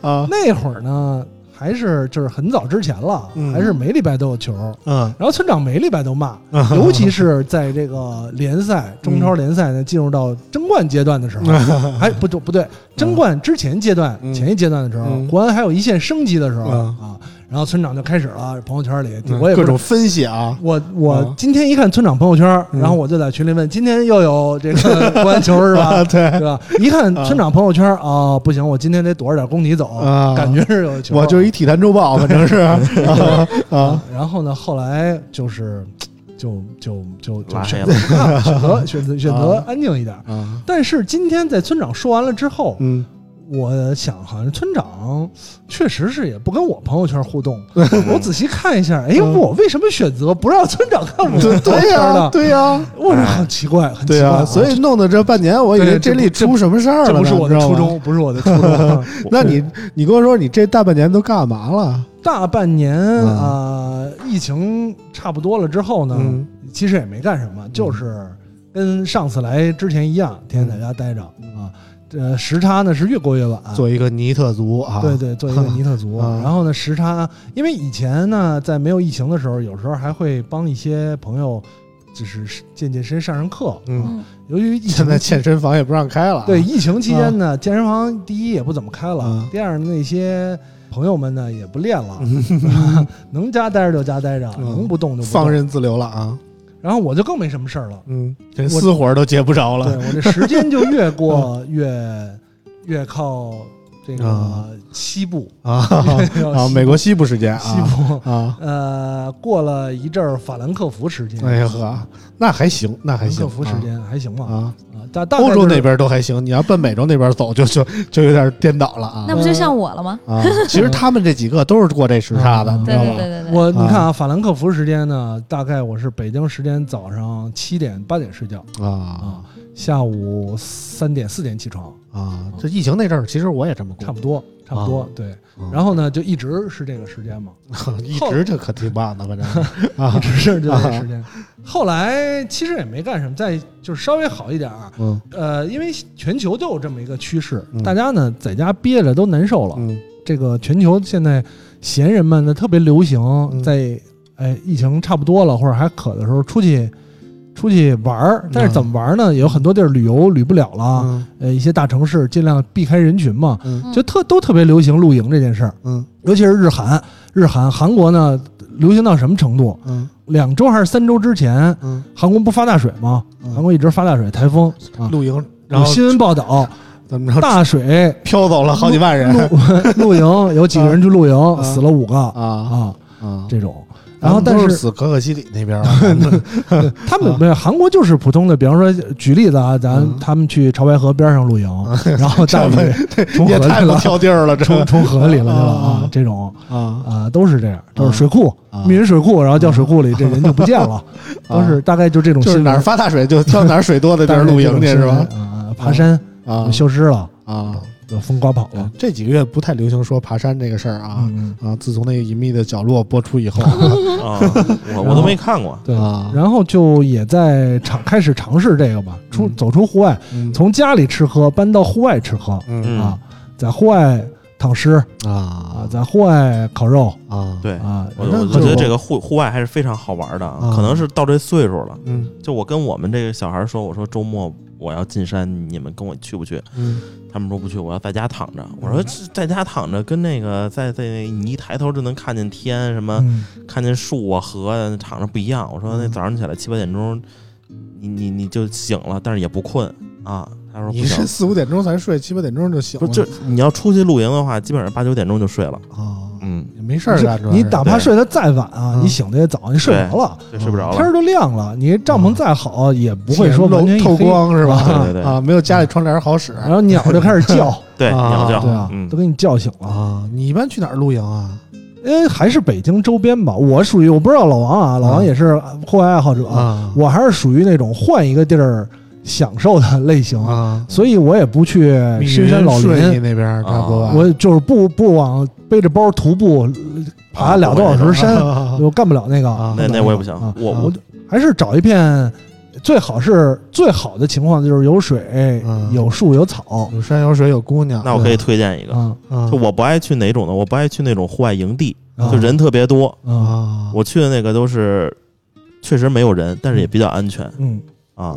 啊，
那会儿呢，还是就是很早之前了
嗯，
还是每礼拜都有球。
嗯
然后村长每礼拜 都骂，尤其是在这个联赛、中超联赛呢进入到争冠阶段的时候，还不对不对，争冠之前阶段、
嗯
前一阶段的时候，
嗯
国安还有一线生机的时候、
嗯
啊，然后村长就开始了朋友圈里，
嗯
我也不
各种分析啊，
我我
嗯
今天一看村长朋友圈，
嗯
然后我就在群里问，今天又有这 个国安球是吧
啊？对
对吧？一看村长朋友圈啊，不行，我今天得躲着点工体走，
啊
感觉是有球。
我就是一体坛周报，反 正是啊啊，
然后呢，后来就是就就就就
拉黑
选
了，
择选择选择选择
啊
安静一点。
啊
但是今天在村长说完了之后，
嗯
我想好像村长确实是也不跟我朋友圈互动。我仔细看一下，哎，
嗯
我为什么选择不让村长看我朋友
对对
圈
呀
呢？
对呀
我这很奇怪，很奇
对
怪
呀，
啊。
所以弄得这半年我以为
对这不
里出什么事儿了
这
呢，
不是我的
你知道
初
吗。
衷，不是我的初衷。啊
那你你跟我说你这大半年都干嘛了？
大半年啊，疫情差不多了之后呢
嗯，
其实也没干什么，就是跟上次来之前一样，天天在家待着
嗯
啊。呃，时差呢是越过越晚，
做一个尼特族啊，
对对，做一个尼特族。
啊
然后呢，时差，因为以前呢，在没有疫情的时候，有时候还会帮一些朋友，就是健健身、上上课。
嗯，
由于疫情
现在健身房也不让开了啊，
对，疫情期间呢，健身房第一也不怎么开了，
嗯
第二那些朋友们呢也不 练了， 能家待着就家待着，
嗯
能不动就不动
放。任自流了啊，
然后我就更没什么事儿了，
嗯，连
我
私活儿都接不着
对
了，
我这时间就越 过越越靠这
啊
个西部
啊啊！美国西部时间
西
啊
部。
啊，
呃，过了一阵儿法兰克福时间，
哎呀呵，那还行，那
法
还
兰
行
克，福时间还行吧？
啊，
啊，大
啊
大概
欧洲
就是
那边都还行，你要奔美洲那边走，就就就有点颠倒了啊
那不就像我了吗？
啊！其实他们这几个都是过这时差的，
嗯
你知
对
道
对
吗？
对对对，
我你看啊，法兰克福时间呢，大概我是北京时间早上七点八点睡觉
啊
啊，下午三点四点起床，
啊！这疫情那阵儿，其实我也这么过
差，不多差不
啊
多对。然后呢，就一直是这个时间嘛，
后一直这可挺棒的，反正啊
一，直是这个时间。后来其实也没干什么，再就是稍微好一点儿，
嗯
呃，因为全球都有这么一个趋势
嗯，
大家呢在家憋着都难受了，
嗯
这个全球现在闲人们呢特别流
嗯
行在哎疫情差不多了或者还渴的时候出去出去玩儿，但是怎么玩儿呢？有很多地儿旅游旅不了了，
嗯
呃，一些大城市尽量避开人群嘛，
嗯
就特都特别流行露营这件事儿，
嗯
尤其是日韩，日韩韩国呢流行到什么程度？
嗯
两周还是三周之前，
嗯，
韩国不发大水吗？
嗯
韩国一直发大水，台风啊，
露营，然
有
后
新闻报道
怎么着，
大水
飘走了好几万人
露露营，有几个人去露营，
啊
死了五个
啊
啊，
啊！
这种。然后
咱们
但
都
是
是死可可西里那边儿 了，
他
啊
们没有韩国就是普通的，比方说举例子啊，咱
嗯啊
他们去潮白河边上露营， 然后大鱼 冲河
也
里
太不
了，
挑地儿了，这
冲冲河里了去了
啊
啊，这种
啊
啊都是这样，都
啊
是水库
啊
密云水库，然后叫水库里这人就不见了，都是大概就这种
就是
新闻
哪儿发大水就挑哪儿水多的地
大概
儿露营去
这
是
种
吧？
新闻啊，爬山
啊
消失了，
啊！
风刮跑了。
这几个月不太流行说爬山这个事儿啊
嗯，
啊！自从那个隐秘的角落播出以 后
啊，我我都没看过。
对，
啊，
然后就也在尝开始尝试这个吧，出
嗯
走出户外，
嗯
从家里吃喝搬到户外吃喝
嗯
嗯
啊，在户外烫尸啊
啊，
在户外烤肉
啊
对，
啊，
我
那
我
就
觉得这个户户外还是非常好玩的啊，
啊
可能是到这岁数了。
嗯
就我跟我们这个小孩说，我说周末我要进山，你们跟我去不去？
嗯
他们说不去，我要在家躺
嗯
着。我说这在家躺着跟那个在在你一抬头就能看见天，什么
嗯
看见树啊河啊，躺着不一样。我说那
嗯
早上起来七八点钟，你你你就醒了，但是也不困啊。他说
你
不行
是，四五点钟才睡，七八点钟就醒
不
了，
是就你要出去露营的话，基本上八九点钟就睡了。
啊，
嗯，
没事儿干主要
你
是
哪怕睡得再晚啊，
嗯
你醒的也早，你睡不着了，
就嗯睡不着
嗯天儿
了。
都亮了，你帐
嗯
篷再好也不会说完全一
透
黑。
光是吧？
对对对
啊，没有家里窗帘好使
然后鸟就开始 叫，
对，
啊
鸟
对
叫，
啊，
嗯
都给你叫醒了。
啊。你一般去哪儿露营啊？
因为还是北京周边吧，我属于我不知道老王啊，老王也是户外爱好者，
啊
我还是属于那种换一个地儿享受的类型，
啊，哎
所以我也不去
密
深
云
山老
顺义
林，
那边儿啊差不多吧。
啊我就是不不往背着包徒步呃爬俩多小时山，
啊
我干不了那个。
啊
那
干不了
那我也不行
啊，
我
我还是找一片，最好是最好的情况就是有水、
嗯
有树、有 草
有山有水有姑娘，
那我可以推荐一个，
啊
啊
就我不爱去哪种的，我不爱去那种户外营地，
啊
就人特别多。
啊
啊，，
我去的那个都是确实没有人，但是也比较安全
嗯
啊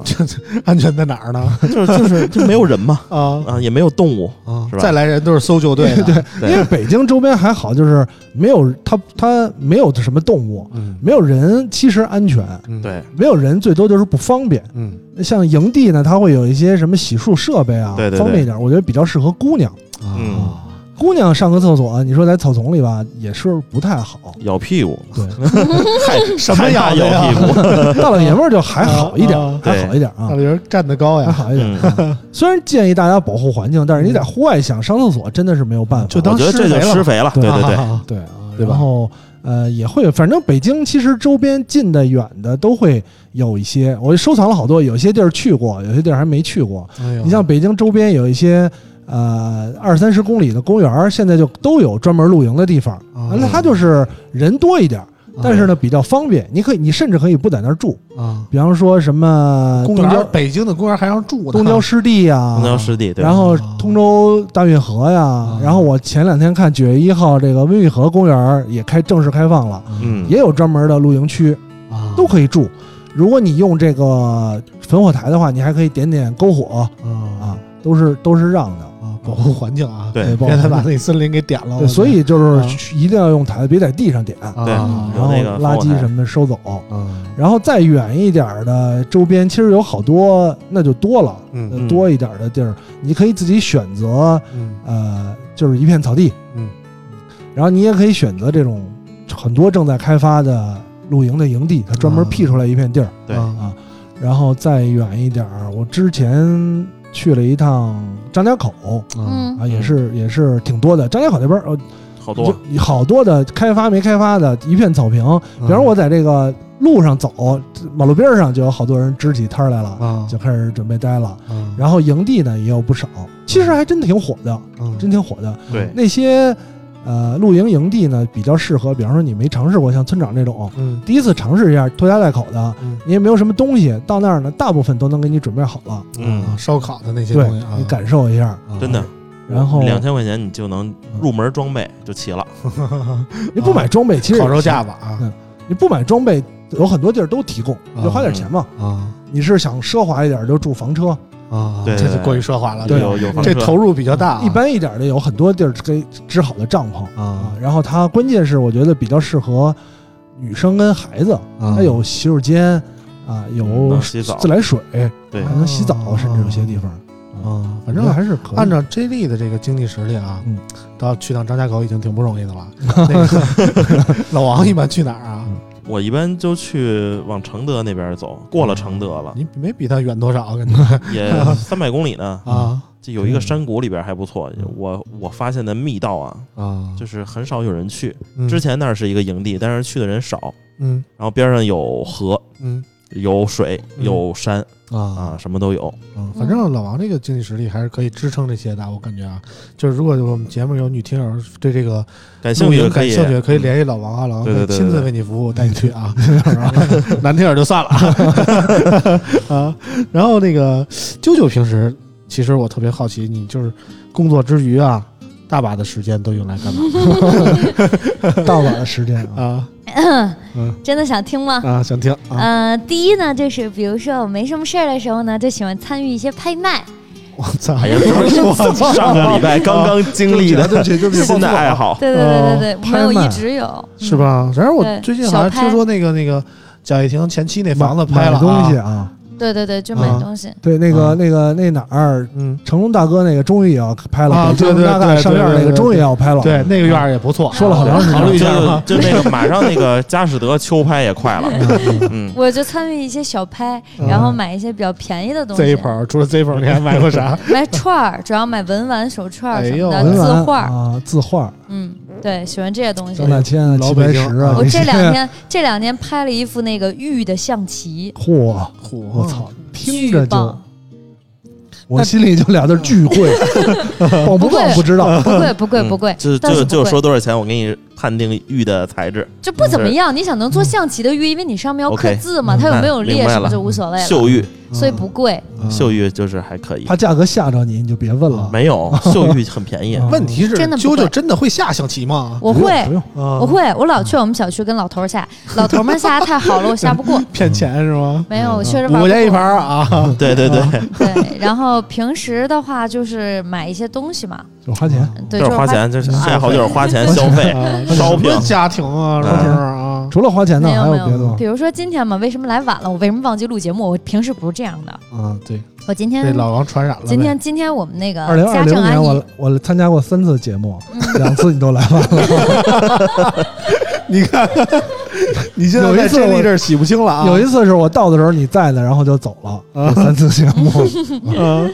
安全在哪儿呢？
就是就是就没有 人嘛
啊
啊，也没有动物。
啊
是吧
再来人都是搜救队的，对，
对
因为北京周边还好，就是没有它它没有什么动物，
嗯
没有人其实安全，
嗯，
对
没有人最多就是不方便。
嗯
像营地呢，它会有一些什么洗漱设备啊，
对对对
方便一点，我觉得比较适合姑娘。
啊
姑娘上个厕所，你说在草丛里吧，也是不太好。
咬屁股，
对，
害
什么
呀
咬的呀
咬屁股？
大老爷们儿就还好一点，
啊啊
还好一点啊
那，人站得高
还
呀，
好一点。
嗯，
虽然建议大家保护环境，但是你在户外想上厕所真的是没有办法。
就
我
当
觉得这就施
施
肥了。对对对，
啊
对啊，
对吧
然后呃也会，反正北京其实周边近的远的都会有一些，我收藏了好多，有些地儿去过，有些地儿还没去过。
哎呦
你像北京周边有一些呃二三十公里的公园儿，现在就都有专门露营的地方，
啊
那它就是人多一点儿，但是呢比较方便，你可以你甚至可以不在那儿住，
啊，
比方说什么
公
东
园
郊
儿北京的公园儿还让住呢，
东郊湿地啊呀、
公
啊
交湿地，对哦
然后通州大运河呀，然后我前两天看九月一号这个温榆河公园儿也开正式开放了，
嗯，哦
也有专门的露营区，
啊
都可以住。如果你用这个焚火台的话，你还可以点点篝
哦
火
啊
啊，都是都是让的。
啊，保护环境啊，
对
保护
别再
环
把
境
那森林给点了，
对，所以就是一定要用台子，别在地上点，啊
啊
对
然
有
后
嗯哦那个
垃
烽火
圾
台
什么的收走。
啊
然后再远一点儿的周边，其实有好多，那就多了，
嗯
呃多一点儿的地儿，你可以自己选择，
嗯
呃，就是一片草地，
嗯，
然后你也可以选择这种很多正在开发的露营的营地，它专门
啊
辟出来一片地儿，
对
啊
然后再远一点儿，我之前去了一趟张家口
啊
嗯
啊，也是也是挺多的，张家口那边儿呃
好多
就好多的开发没开发的一片草坪，比方说我在这个路上走，马路边儿上就有好多人支起摊儿来了，
啊
就开始准备待了。
啊
然后营地呢也有不少，其实还真挺火的，
嗯
真挺火的。
对
那些呃露营营地呢比较适合，比方说你没尝试过，像村长这种
嗯
第一次尝试一下拖家带口的
嗯，
你也没有什么东西，到那儿呢大部分都能给你准备好了，
啊
嗯，
烧烤的那些
对
东西啊
你感受一下。
啊
真的。
然后
两千块钱你就能入门装备就齐了，
你不买装备，其实
啊烤肉架吧啊
你不买装备，有很多地儿都提供，你就花点钱嘛。
啊
你是想奢华一点就住房车，
啊，
对
这
对
就过于奢华了，
对
有有房
这
车
投入比较大啊，
一般一点的有很多地儿给支好的帐篷
啊
啊。然后它关键是我觉得比较适合女生跟孩子，
啊
它有洗手间啊，
嗯
有
能洗澡
自来水，
对
还能洗澡，甚至有些地方，
啊，反
反
正
正还是可以。
哦按照 J 莉的这个经济实力啊
嗯，
到去趟张家口已经挺不容易的了。那个老王一般去哪儿啊？
我一般就去往承德那边走，过了承德了，
你没比它远多少，感觉
也 三百公里呢。
啊
就有一个山谷里边还不错
嗯，
我我发现的密道啊，
啊，
就是很少有人去。
嗯
之前那儿是一个营地，但是去的人少。
嗯
然后边上有河，
嗯
有水，
嗯
有山啊
啊，
什么都有。
嗯，反正老王这个经济实力还是可以支撑这些的，我感觉啊，就是如果我们节目有女听友对这个
感兴
露
趣
营
的可
感
以，嗯
兴趣，可以联系老王啊，老王
对
可以
对对
亲自
对
为你服务，带你去啊。 难听点就算了啊。然后那个啾啾平时，其实我特别好奇，你就是工作之余啊，大把的时间都用来 干嘛
到晚的时间啊，
啊
真的想听吗？
啊？想听啊？
呃，第一呢，就是比如说我没什么事儿的时候呢，就喜欢参与一些拍卖。
我操！
哎呀，这不是上个礼
啊
拜刚刚经历的
对不起对不起对不起
新的爱好，
对对对对对，
哦
没有
拍卖
一直有，
是吧？然而我
嗯对
最近好像
小拍
听说那个那个贾跃亭前妻那房子拍了、
买东西，啊，
嗯？对对对，就买
啊
东西。
对，那个
嗯
那个那哪儿，
嗯，
成龙大哥那个终于也要拍了，
啊
北京
对对
大概
对
上院
对
那
对
个
对
终于也要拍了，
对，那个院儿也不错，
说了好长时间
考虑一
就
下啊。
就那个马上那个佳士得秋拍也快 了，嗯，
我就参与一些小拍，
嗯
然后买一些比较便宜的东西，
Zippo 除了 Zippo 你还买过 啥？
买串儿， 主要买文玩手串儿什么
哎
的，
呦
文玩
字画儿，
啊，字画，
嗯，对，喜欢这些东西
张。大千啊，
老
齐
北
白
京
石啊，
我
那
这
些
两，天这两天拍了一副那个玉的象棋，
嚯，我
我
操， 听
巨
着就
棒，，
我心里就俩字
嗯
儿聚会， 棒不棒不知道，
不贵不贵
嗯
不贵，
就
但
就是
不
就
贵
说多少钱，我给你判定玉的材质，
就不怎么样。你想能做象棋的玉，因为你上面要刻
OK，
字嘛，
嗯
它有没有
明
裂
白
什么
了
就无所谓了，
岫玉，
所以不贵。
嗯
岫玉就是还可以
怕，价格吓着你，你就别问
啊
了。
嗯 没有岫玉很便宜
啊，
问题是
真的不
啾
会
啾真的会下象棋吗？
我
不用
会
不用，
啊
我会，我老去我们小区跟老头儿下，老头儿们下的太好了，我下不过。
骗钱是吗？
没有，我确实
五块
玩不
钱一盘儿
过。
啊！
对对对，
对，然后平时的话就是买一些东西嘛，
就花钱。
对，
就是
是
花钱，就是
消
爱好
费
就是花
嗯
钱消费，
什
shopping
么家庭啊，
嗯
什么啊？
除了花钱呢，
没
还
有没
别的吗
比？如说今天嘛，为什么来晚了？我为什么忘记录节目？我平时不是这样的。
嗯
啊，对，
我今
被
天
老王传染了呗。
今天今天我们那个
二零二
呃家政嗯
零
阿
年
姨
我，我参加过三次节目，两次你都来 晚了。
你 看，你现在
有一
在
次
这
我
地儿洗不清了啊！
有一次是我到的时候你在呢，然后就走了。有三次节 目，
嗯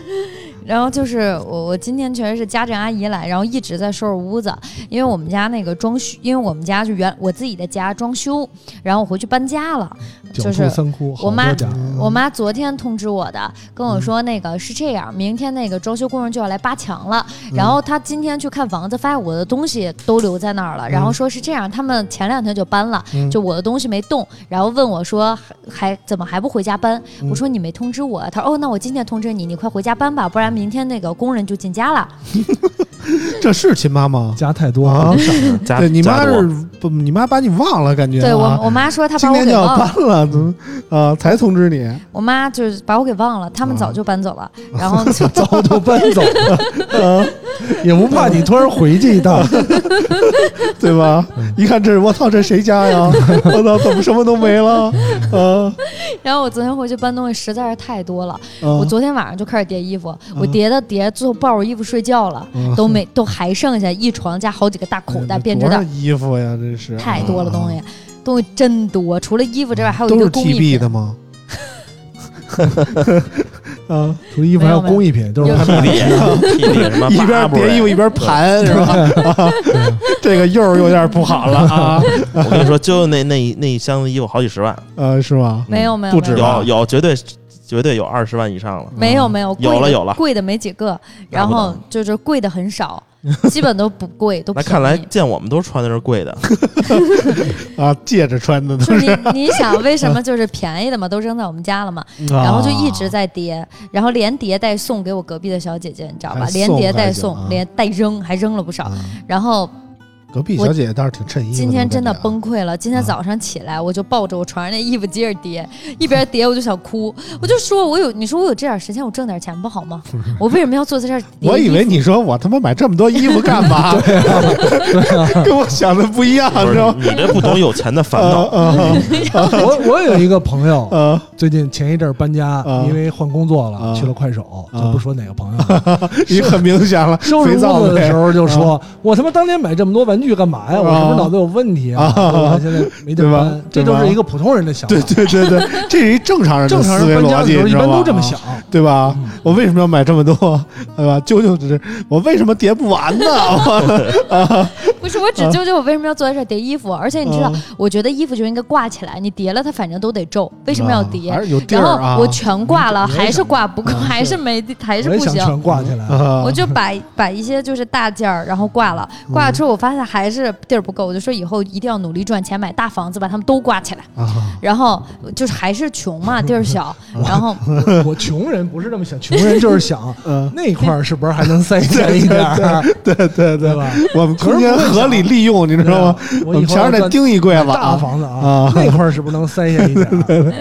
然后就是我我今天确实是家政阿姨来，然后一直在收拾屋子，因为我们家那个装修，因为我们家就原我自己的家装修，然后我回去搬家了，
九
就是
哭三哭，好
我妈
多家。
我妈昨天通知我的，跟
嗯
我说那个是这样，明天那个装修工人就要来扒墙了。
嗯
然后她今天去看房子，发现我的东西都留在那儿了。然后说是这样，他们前两天就搬了，
嗯
就我的东西没动。然后问我说还还怎么还不回家搬？
嗯
我说你没通知我。她说哦，那我今天通知你，你快回家搬吧，不然明天那个工人就进家了。
这是亲妈吗？
家太多
啊
了，，
家
对你妈
家多
是不？你妈把你忘了，感觉啊
对我我妈说她把
今
我
天就
给
要
忘了。
搬了，怎么啊？才通知你，
我妈就是把我给忘了，他们
嗯
早就 搬走了。然后 就
早都搬走了，
啊
也不怕你突然回去一 趟。
对吧？
嗯
一看这是我操，这谁家呀？ 我操，怎么什么都没了？啊
然后我昨天回去搬东西实在是太多了。
啊
我！昨天晚上就开始叠衣服，我叠的叠，最后抱着衣服睡觉了，
嗯
都没都还剩下一床加好几个大口袋编织
哎多少啊
袋，
衣服呀，真是
太多了东西，东西真多。除了衣服之外，还有一
嗯都
堆
是
工艺
TB
品
的。吗？ 啊，
除了衣服，还有工艺品，都是
有
他
霹雳 霹雳什么
一边叠衣服一边盘是吧？ 这个又有点不好了啊，
我跟你说，就那那一那一箱子衣服好几十万，嗯
呃，是吗？
没有没有
不止嗯
没有
吧
有有绝对绝对有二十万以上了。
没有没有，
有了
贵的
有了
贵的没几个，然后就是贵的 很少，基本都不贵，都
那
便宜。
看来见我们都穿的是 贵的，
啊，借着穿的都，
就是你你想为什么就是便宜的嘛，都扔在我们家了嘛，
啊
然后就一直在叠，然后连叠带送给我隔壁的小姐姐，你知道吧
还？送
连叠带
还行
送
啊，
连带扔，还扔了不少
啊。
然后
隔壁小姐姐倒是挺衬衣服，
今天真
啊
的，崩溃了。今天早上起来，我就抱着我床上那衣服接着叠，一边叠我就想哭，我就说我有，你说我有这点时间，我挣点钱不 好吗？我为什么要坐在这儿叠衣服？
我以为你说我他妈买这么多衣服干 嘛？
啊
跟我想的不一样，
不
知
是
道吗？
你这不懂有钱的烦
嗯
恼。
啊
我我有一个朋友，
呃，
最近前一阵儿搬家
啊，
因为换工作了，
啊
去了快手，
啊
就不说哪个朋友了。
你很明显了，
收拾
肥皂
屋子的
呗啊
时候就说：“我他妈当年买这么多玩玩具干嘛呀？我是不是脑子有问题
啊
对吧现在没地儿
对吧
搬，这
对
都
吧
是一个普通人的想法
对。对对对，这是一正常人
正
的
常
思维
人搬家
逻
的
辑，
时候
你
一
知道
般
吧啊
都这么想。
对吧
嗯？
我为什么要买这么多，对吧？究竟是我为什么叠不完呢？ 我
不是，我只
啊
纠结我为什么要坐在这儿叠衣服，而且你知
嗯
道，我觉得衣服就应该挂起来，你叠了它反正都得皱，为什么要叠？
还是有地
然
儿啊！
后我全挂了，
你也
还是
想
挂不够，
啊
还是没，还是
我也
不
想
行。
全挂起来，
啊嗯
我就把把一些就是大件儿，然后挂了，挂了之后我发现还是地儿不够，我就说以后一定要努力赚钱买大房子，把它们都挂起来。
啊
然后就是还是穷 嘛，地儿小，然后
我穷人不是这么想，穷人就 是想
嗯，
那块儿是不是还能塞钱一点儿，
对对
对
对，
吧？
我们空间
可是不会
合理利用， 你知道吗？
对啊？
我
我以
们
后
前面
要
得
赚
钉一柜子
大
啊，
房子啊
啊，
那块儿是不是能塞下一点儿？啊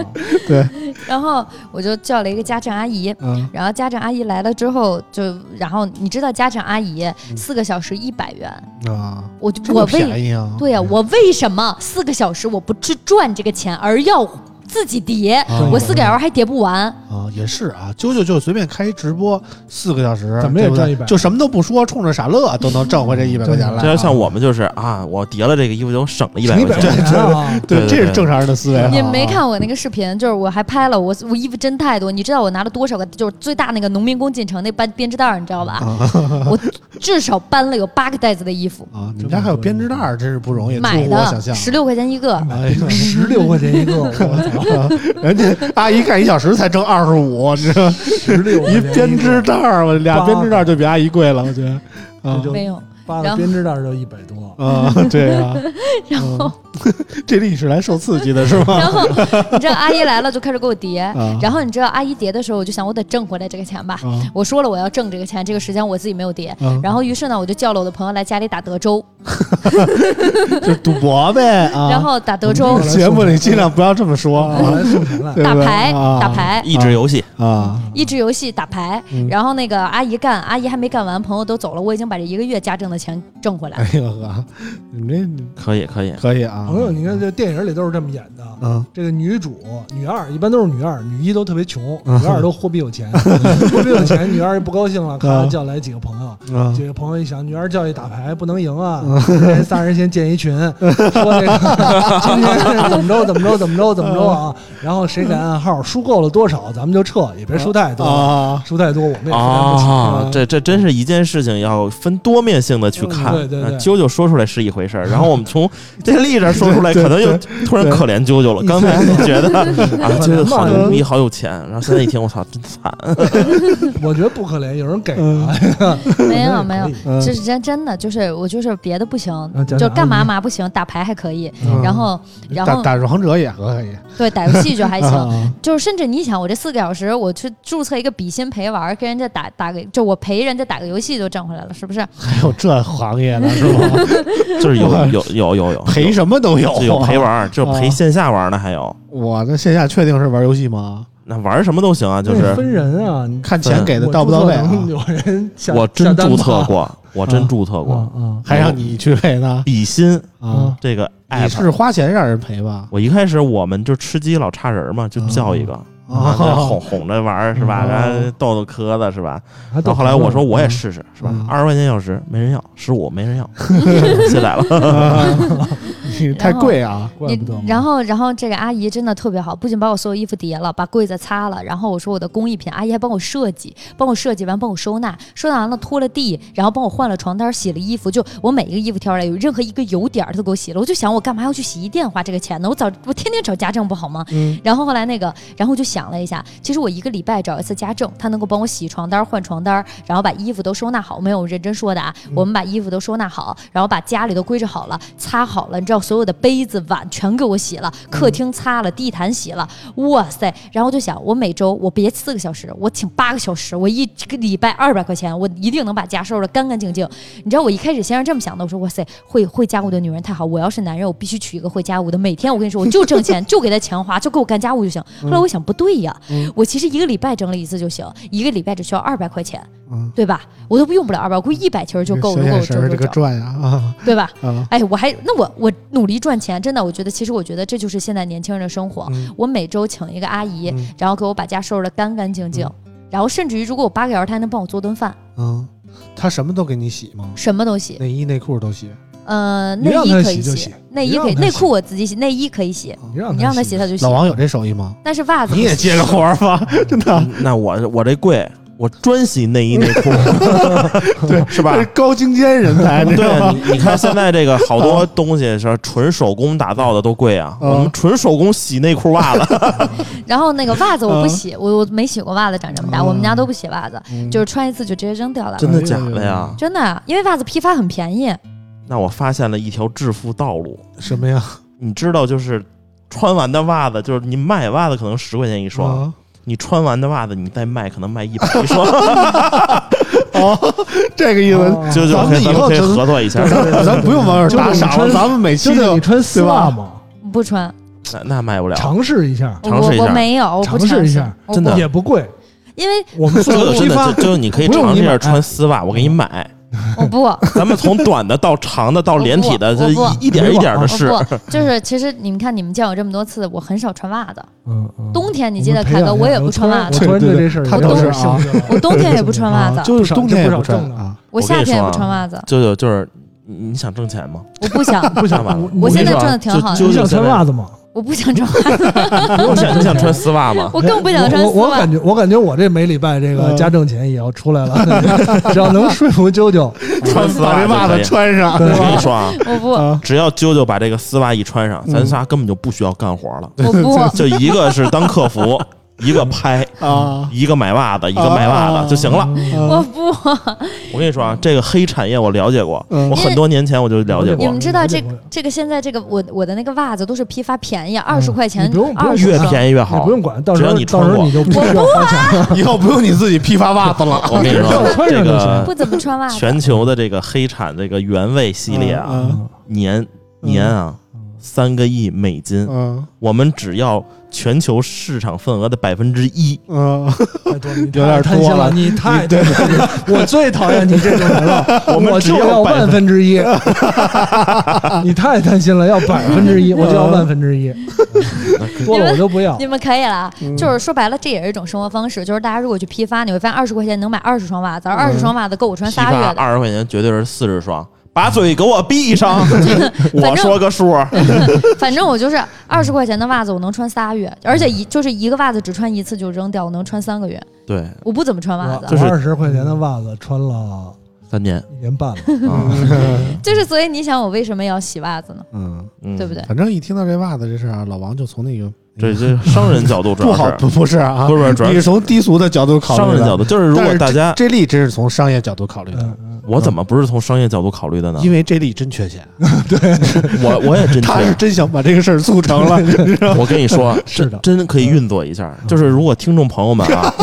对，
然后我就叫了一个家政阿姨，
嗯
然后家政阿姨来了之后就，然后你知道家政阿姨四个小时一百元，
啊，
我就
嗯这
我
么
为
便宜啊！
对呀、我为什么四个小时我不去赚这个钱，而要自己叠？
啊
我四个小时还叠不完，
啊，也是啊，啾啾就随便开一直播四个小时，
怎么也
对不对
赚100
就什么都不说，冲着傻乐都能挣回这一百块钱来啊。
这要像我们就是啊，我叠了这个衣服，就省了一百
一
块
百
钱。
块钱啊！
对，
对
这
对
是正常人的思维啊。
你没看我那个视频，就是我还拍了，我我衣服真太多，你知道我拿了多少个？就是最大那个农民工进城那搬编织袋儿，你知道吧？
嗯
我至少搬了有八个袋子的衣服，
啊？你们家还有编织袋儿，真是不容易，出
买
乎我想
的
象。
十六块钱一个。
哎呀，
十六块钱一个， 我操，
人家阿姨干一小时才挣二十五，你知道吗？
十六
一编织袋儿，我俩
八
编织袋儿就比阿姨贵了，我觉得。啊
这就
没有，
八
然
个
后
编织袋儿就一百多，
啊，对啊，
然后，
这里是来受刺激的是 吗？
然后你知道阿姨来了就开始给我叠，
啊
然后你知道阿姨叠的时候，我就想我得挣回来这个钱吧，
啊
我说了我要挣这个钱，这个时间我自己没有叠。
啊，
然后，于是呢，我就叫了我的朋友来家里打德州，
就赌博呗啊。
然后打德州
我 们、
节目里尽量不要这么说
我
啊
来送钱来，
对
打
不对
牌、
啊
打牌、
益智游戏，
啊
益智游戏、打牌。
嗯
然后那个阿姨干，阿姨还没干完，朋友都走了，我已经把这一个月家挣的钱挣回来了。
哎呦呵，你们
可以可以
这。可以啊。
朋友，你看这电影里都是这么演的。
啊，
这个女主、女二一般都是女二，女一都特别穷，
嗯
女二都货币 有钱，货币有钱，女二不高兴了，咔
嗯
叫来几个朋友，
啊
几个朋友一想，女儿教育打牌不能赢啊，
嗯
人仨人先建 一群，说这个今天怎么着怎么着怎么着怎么着啊，
嗯
然后谁敢暗号，输够了多少咱们就撤，也别输太多，
啊，
输太多我们也负担不起。
啊，这这真是一件事情，要分多面性的去看。
嗯对对对
啊啾啾说出来是一回事儿，然后我们 从这例子上说出来，
对
可能又
对
突然可怜啾啾了。
对
刚 才你觉得啊，
可
啾
怜
啾好
嘛
牛逼，好有钱，然后现在一听，我操，真惨。
我觉得不可怜，有人给啊，
没有 没有，
哎嗯啊
这是真真的，就是我就是别的不行
讲，讲
就干
阿
嘛
姨
嘛不行，打牌还可以，
嗯
然后然
打
后
打王者也可以，
对打游戏就还行，
啊
就是甚至你想，我这四个小时，我去注册一个比心陪玩儿，跟人家打打个，就我陪人家打个游戏就挣回来了，是不是？
还有这行业 呢是吗？
就是 有有有有有
赔什么都有，啊
就有陪玩
啊
儿，就陪线下玩儿呢，还有
我这线下确定是玩游戏吗？
那玩儿什么都行啊，就
那
是
分人啊，你
看钱给的到不到位啊
我注册能有人下
我真注册
下单吗
过，我真注册过
啊
还让你去配呢？
比心
啊，
这个
你
app。
是花钱让人陪吧？
我一开始我们就吃鸡老差人儿嘛，就叫一个啊， 嗯在那哄哄着玩儿是吧？
哦
然后逗逗磕的是吧？
啊，还
然
到
后后来我说我也试试，是吧
嗯？
二十块钱一小时没人要，十五没人 要，卸载了。
啊 你太贵啊！
怪
你
不得嘛，
然后，然后这个阿姨真的特别好，不仅把我所有衣服叠了，把柜子擦了，然后我说我的工艺品，阿姨还帮我设计，帮我设计完，帮我收纳，收纳完了拖了地，然后帮我换了床单，洗了衣服，就我每一个衣服挑出来，有任何一个油点儿，她都给我洗了。我就想，我干嘛要去洗衣店花这个钱呢？我早我天天找家政不好吗？
嗯
然后后来那个，然后我就想了一下，其实我一个礼拜找一次家政，她能够帮我洗床单、换床单，然后把衣服都收纳好，没有我认真说的啊，我们把衣服都收纳好，然后把家里都归置好了，擦好了，你知道所有的杯子、碗全给我洗了，客厅擦了，地毯洗了，哇塞！然后就想，我每周我别四个小时，我请八个小时，我一个礼拜二百块钱，我一定能把家收拾的干干净净。你知道我一开始先是这么想的，我说哇塞，会会家务的女人太好，我要是男人，我必须娶一个会家务的。每天我跟你说，我就挣钱，就给他钱花，就给我干家务就行。后来我想不对呀，我其实一个礼拜整理一次就行，一个礼拜只需要二百块钱，
嗯
对吧？我都不用不了二百，我估计一百其实就够。
小
如果
眼
我
神
周
儿
周
这个
整，
转呀啊
对吧？
啊！
哎，我还那我我努力赚钱，真的，我觉得其实我觉得这就是现在年轻人的生活。
嗯
我每周请一个阿姨，
嗯
然后给我把家收拾的干干净净，然后甚至于如果我八个小时，她还能帮我做顿饭，
嗯，他什么都给你洗吗？
什么都洗。
内衣内裤都洗
呃，
你
内
让
衣
他
可以
洗就
洗
洗，
内
你
衣可以，
让他
内
洗
裤我自己洗，内衣可以洗，
你让
你让
他
他
洗
洗他就洗
老。王有这手艺 吗？
但是袜子
你也
不行
接个活儿吧， 真的。
那我我这贵，我专洗内衣内 裤，
对，
是吧？
高精尖人才，你知道
哎对啊
吗？
你，你看现在这个好多东西是纯手工打造的都贵啊，
嗯
我们纯手工洗内裤袜子，
然后那个袜子我不
嗯
洗，我我没洗过袜子，长这么大，
嗯
我们家都不洗袜子，
嗯
就是穿一次就直接扔掉 了。
真的假的哎呀？
真的，因为袜子批发很便宜，
那我发现了一条致富道路，
什么呀？
你知道就是。穿完的袜子就是你买袜子可能十块钱一双，
啊
你穿完的袜子你再卖可能卖一百一双，
哦， 这个意思。
哎哦
就就
咱
可
们
以
以
咱们
后
可以
就是
合作一下，
咱不用往这儿打赏
就
了，
是
咱们每
就
期
得
就
你穿丝
对吧
袜嘛，
不穿。
那那卖不了。
尝试一下，
我
尝试一下
我没有，我不
尝试一下
我不
真的
也不贵。
因为
我们
真
做
的
批
真的，
发
就，就是你可以
不用
尝试一
你
下
买
穿丝袜，我给你买。
我不
咱们从短的到长的到连体的，
我不
就
我不
一一点一点的试。
我不就是其实你们看你们见我这么多次，我很少穿袜子。
嗯嗯
冬天你
我
记
们
得
培
凯哥，
养一
我
下
也不穿袜
我
子，
突然对
对对
这事儿
他
有
都
啊
点
是
兴趣了
我冬天也不穿袜
啊
子，
就是冬天也不
这
穿
不少挣
啊。
我
跟
夏
你
天也
说啊
不穿袜子，
舅舅就是你你想挣钱吗？
我不想，
不
干嘛
想，
我现在
跟你说啊
穿的挺好
就
的，
你
就
想穿袜子吗？
我不想穿袜子，
你想你想穿丝袜吗？
我 更不想穿
我
丝
我我
袜
感。觉我感觉我这每礼拜这个
嗯
家政钱也要出来了，只要能说服啾啾，
穿丝
把
袜
这袜
就可
子
以。
穿上，
我
对
跟你
吧？
说啊，
我不，
啊，
只要啾啾把这个丝袜一穿上，咱仨根本就不需要干活了。
我不，
就一个是当客服，一个拍，
啊，
一个买袜子，一个卖袜
啊
子就行了。
我不。
我跟你说啊，这个黑产业我了解过，
嗯
我很多年前我就了解
你
过
们，知道这
我也不
这个现在这个我我的那个袜子都是批发便宜，二十块
嗯你
钱
不用，不用
二十
越便宜越
你
好
不。用管，到时
只
候
要你
到
穿
时候
过
你就不需要花钱了。
以后不用你自己批发袜子了。
我跟你 说，
穿
这
上就行
个
不怎么穿袜子。
全球的这个黑产这个原味系列啊，
嗯
年年啊
嗯
三个亿美金，
嗯
我们只要全球市场份额的百分之一。
嗯，
太多你
有点
太贪心
多了
你太对，我最讨厌你这种人了。
我们
我
只
就要
百
万分 之一，你太贪心了，要百分 之一，我就要万分之一，
嗯
多了我都不要
你。们可以了啊，就是说白了，这也是一种生活方式。就是大家如果去批发，你会发现二十块钱能买二十双袜子，而二十双袜子够我穿
嗯批
仨
发
月的。
二十块钱绝对是四十双，把嘴给我闭 上，我
反正嗯
说个数。
反正我就是二十块钱的袜子，我能穿仨月，
嗯
而且一就是一个袜子只穿一次就扔掉，我能穿三个月。
对，
我不怎么穿袜
我
子，啊
就是
二十块钱的袜子穿了
三年
一年半了，
啊，
就是所以你想我为什么要洗袜子呢？
嗯，
嗯
对不对？？
反正一听到这袜子这事儿啊，老王就从那个
这这商人角度主
嗯不
要
好
是
不不是啊
不，是不是主要
你是从低俗的角度考虑的，
商人角度，就是如
但
果
是
大家
这例真是从商业角度考虑的，
嗯，
我怎么不是从商业角度考虑的呢？
因为这例真缺钱，
我我也 真
他是
缺，
真想把这个事儿促成 了。
我跟你说，啊
是的，嗯
真可以运作一下。就是如果听众朋友们 啊，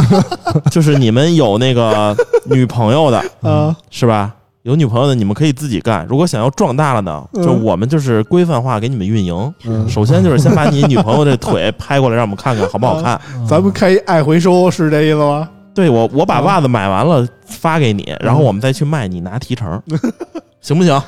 就是你们有那个女朋友的，
啊，
是吧？有女朋友的，你们可以自己干。如果想要壮大了呢，就
嗯
我们就是规范化给你们运营。
嗯
首先就是先把你女朋友这 腿拍过来，让我们看看好不好看。
嗯
咱们开一爱回收是这意思吗？
对我，我
嗯
把袜子买完了发给你，然后我们再去卖，你拿提 成，行不行？